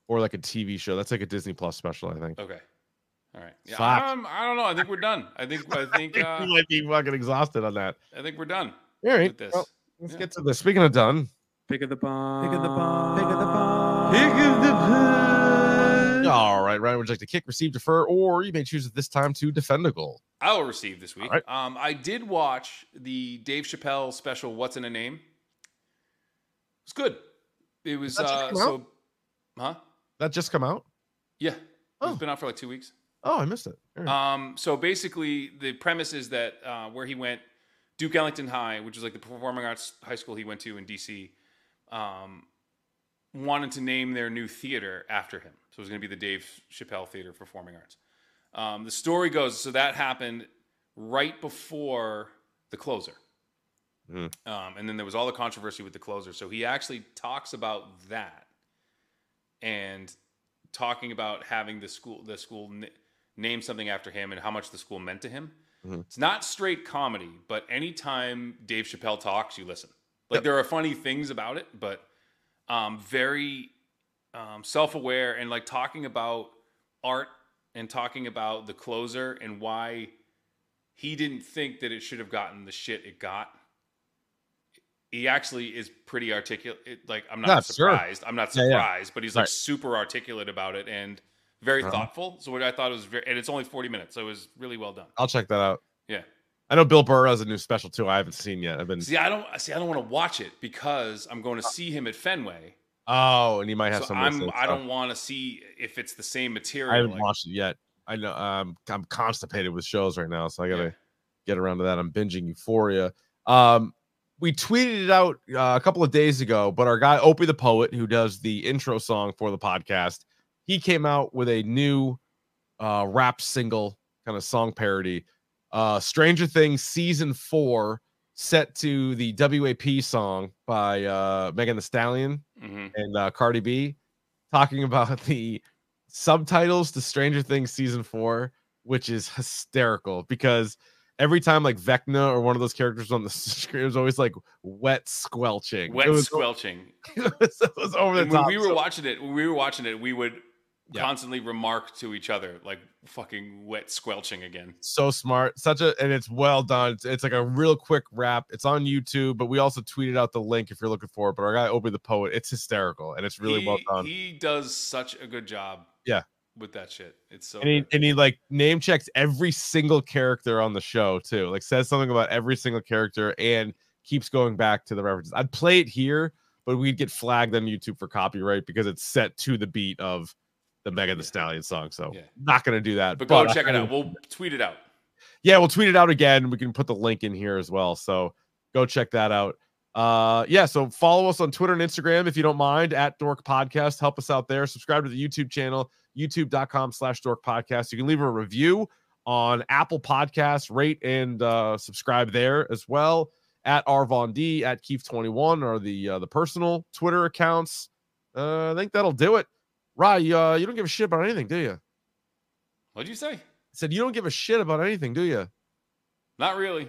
[SPEAKER 3] or like a TV show. That's like a Disney Plus special, I think.
[SPEAKER 5] Okay. All right. Yeah,
[SPEAKER 3] Fuck.
[SPEAKER 5] I'm, I don't know. I think we're done. I think I think uh,
[SPEAKER 3] you might be fucking exhausted on that.
[SPEAKER 5] I think we're done
[SPEAKER 3] All right,
[SPEAKER 5] with this.
[SPEAKER 3] well, let's
[SPEAKER 5] yeah.
[SPEAKER 3] get to this. Speaking of done,
[SPEAKER 7] Pick of the bomb. Pick of the bomb. Pick of the bomb.
[SPEAKER 3] all right, Ryan, would you like to kick, receive, defer, or you may choose at this time to defend a goal?
[SPEAKER 5] I will receive this week.
[SPEAKER 3] All right.
[SPEAKER 5] Um, I did watch the Dave Chappelle special "What's in a Name." It was good. It was
[SPEAKER 3] That's
[SPEAKER 5] uh,
[SPEAKER 3] come
[SPEAKER 5] so, huh?
[SPEAKER 3] That just come out?
[SPEAKER 5] Yeah,
[SPEAKER 3] Oh.
[SPEAKER 5] it's been out for like two weeks.
[SPEAKER 3] Oh, I missed it. All right.
[SPEAKER 5] Um, so basically, the premise is that uh, where he went, Duke Ellington High, which is like the performing arts high school he went to in DC, um, wanted to name their new theater after him. So it was going to be the Dave Chappelle Theater of Performing Arts. Um, the story goes so that happened right before the closer.
[SPEAKER 3] Mhm.
[SPEAKER 5] Um, and then there was all the controversy with the closer. So he actually talks about that and talking about having the school, the school n- name something after him and how much the school meant to him.
[SPEAKER 3] Mhm.
[SPEAKER 5] It's not straight comedy, but anytime Dave Chappelle talks, you listen. Like there are funny things about it, but um, very um, self-aware and like talking about art and talking about the closer and why he didn't think that it should have gotten the shit it got. He actually is pretty articulate. Like I'm not
[SPEAKER 3] Yeah, sure.
[SPEAKER 5] surprised. I'm not
[SPEAKER 3] Yeah, yeah.
[SPEAKER 5] surprised but he's like
[SPEAKER 3] Right.
[SPEAKER 5] super articulate about it and very
[SPEAKER 3] Uh-huh.
[SPEAKER 5] thoughtful. So what I thought was very, and it's only 40 minutes, so it was really well done.
[SPEAKER 3] I'll check that out.
[SPEAKER 5] Yeah.
[SPEAKER 3] I know Bill Burr has a new special too. I haven't seen yet. I've been
[SPEAKER 5] See, I don't see, I don't want to watch it because I'm going to see him at Fenway.
[SPEAKER 3] oh, and he might Uh, have
[SPEAKER 5] So
[SPEAKER 3] some.
[SPEAKER 5] I'm,
[SPEAKER 3] recent
[SPEAKER 5] I
[SPEAKER 3] stuff.
[SPEAKER 5] don't want to see if it's the same material.
[SPEAKER 3] I haven't
[SPEAKER 5] like-
[SPEAKER 3] watched it yet. I know um, I'm constipated with shows right now, so I
[SPEAKER 5] Yeah.
[SPEAKER 3] gotta get around to that. I'm binging Euphoria. Um, we tweeted it out uh, a couple of days ago, but our guy Opie the poet, who does the intro song for the podcast, he came out with a new uh, rap single, kind of song parody. Uh, Stranger Things season four, set to the WAP song by uh, Megan The Stallion
[SPEAKER 5] Mhm.
[SPEAKER 3] and uh, Cardi B talking about the subtitles to Stranger Things season four, which is hysterical because every time like Vecna or one of those characters was on the screen it was always like wet squelching.
[SPEAKER 5] Wet
[SPEAKER 3] it was,
[SPEAKER 5] squelching.
[SPEAKER 3] it was, it was over the
[SPEAKER 5] And when
[SPEAKER 3] top.
[SPEAKER 5] we were
[SPEAKER 3] so-
[SPEAKER 5] watching it, when we were watching it, we would
[SPEAKER 3] Yeah.
[SPEAKER 5] constantly remark to each other like fucking wet squelching again.
[SPEAKER 3] so smart, such a, and it's well done. It's, it's like a real quick wrap. It's on YouTube, but we also tweeted out the link if you're looking for it. But our guy Obi the poet, it's hysterical and it's really well
[SPEAKER 5] He-
[SPEAKER 3] done.
[SPEAKER 5] He does such a good job.
[SPEAKER 3] Yeah.
[SPEAKER 5] With that shit. It's so
[SPEAKER 3] and he,
[SPEAKER 5] good.
[SPEAKER 3] and he like name checks every single character on the show too like says something about every single character and keeps going back to the references i'd play it here but we'd get flagged on youtube for copyright because it's set to the beat of the mega the
[SPEAKER 5] Yeah.
[SPEAKER 3] stallion song so
[SPEAKER 5] Yeah.
[SPEAKER 3] not gonna do that
[SPEAKER 5] But go
[SPEAKER 3] I-
[SPEAKER 5] check it out. We'll tweet it out.
[SPEAKER 3] yeah we'll tweet it out again we can put the link in here as well so go check that out uh yeah so follow us on twitter and instagram if you don't mind at dork podcast help us out there subscribe to the youtube channel youtube.com slash dork podcast you can leave a review on apple Podcasts, rate and uh subscribe there as well at rvon d at keef 21 or the uh, the personal twitter accounts uh i think that'll do it rye uh, you don't give a shit about anything do you I
[SPEAKER 5] What'd you say?
[SPEAKER 3] said you don't give a shit about anything do you
[SPEAKER 5] Not really.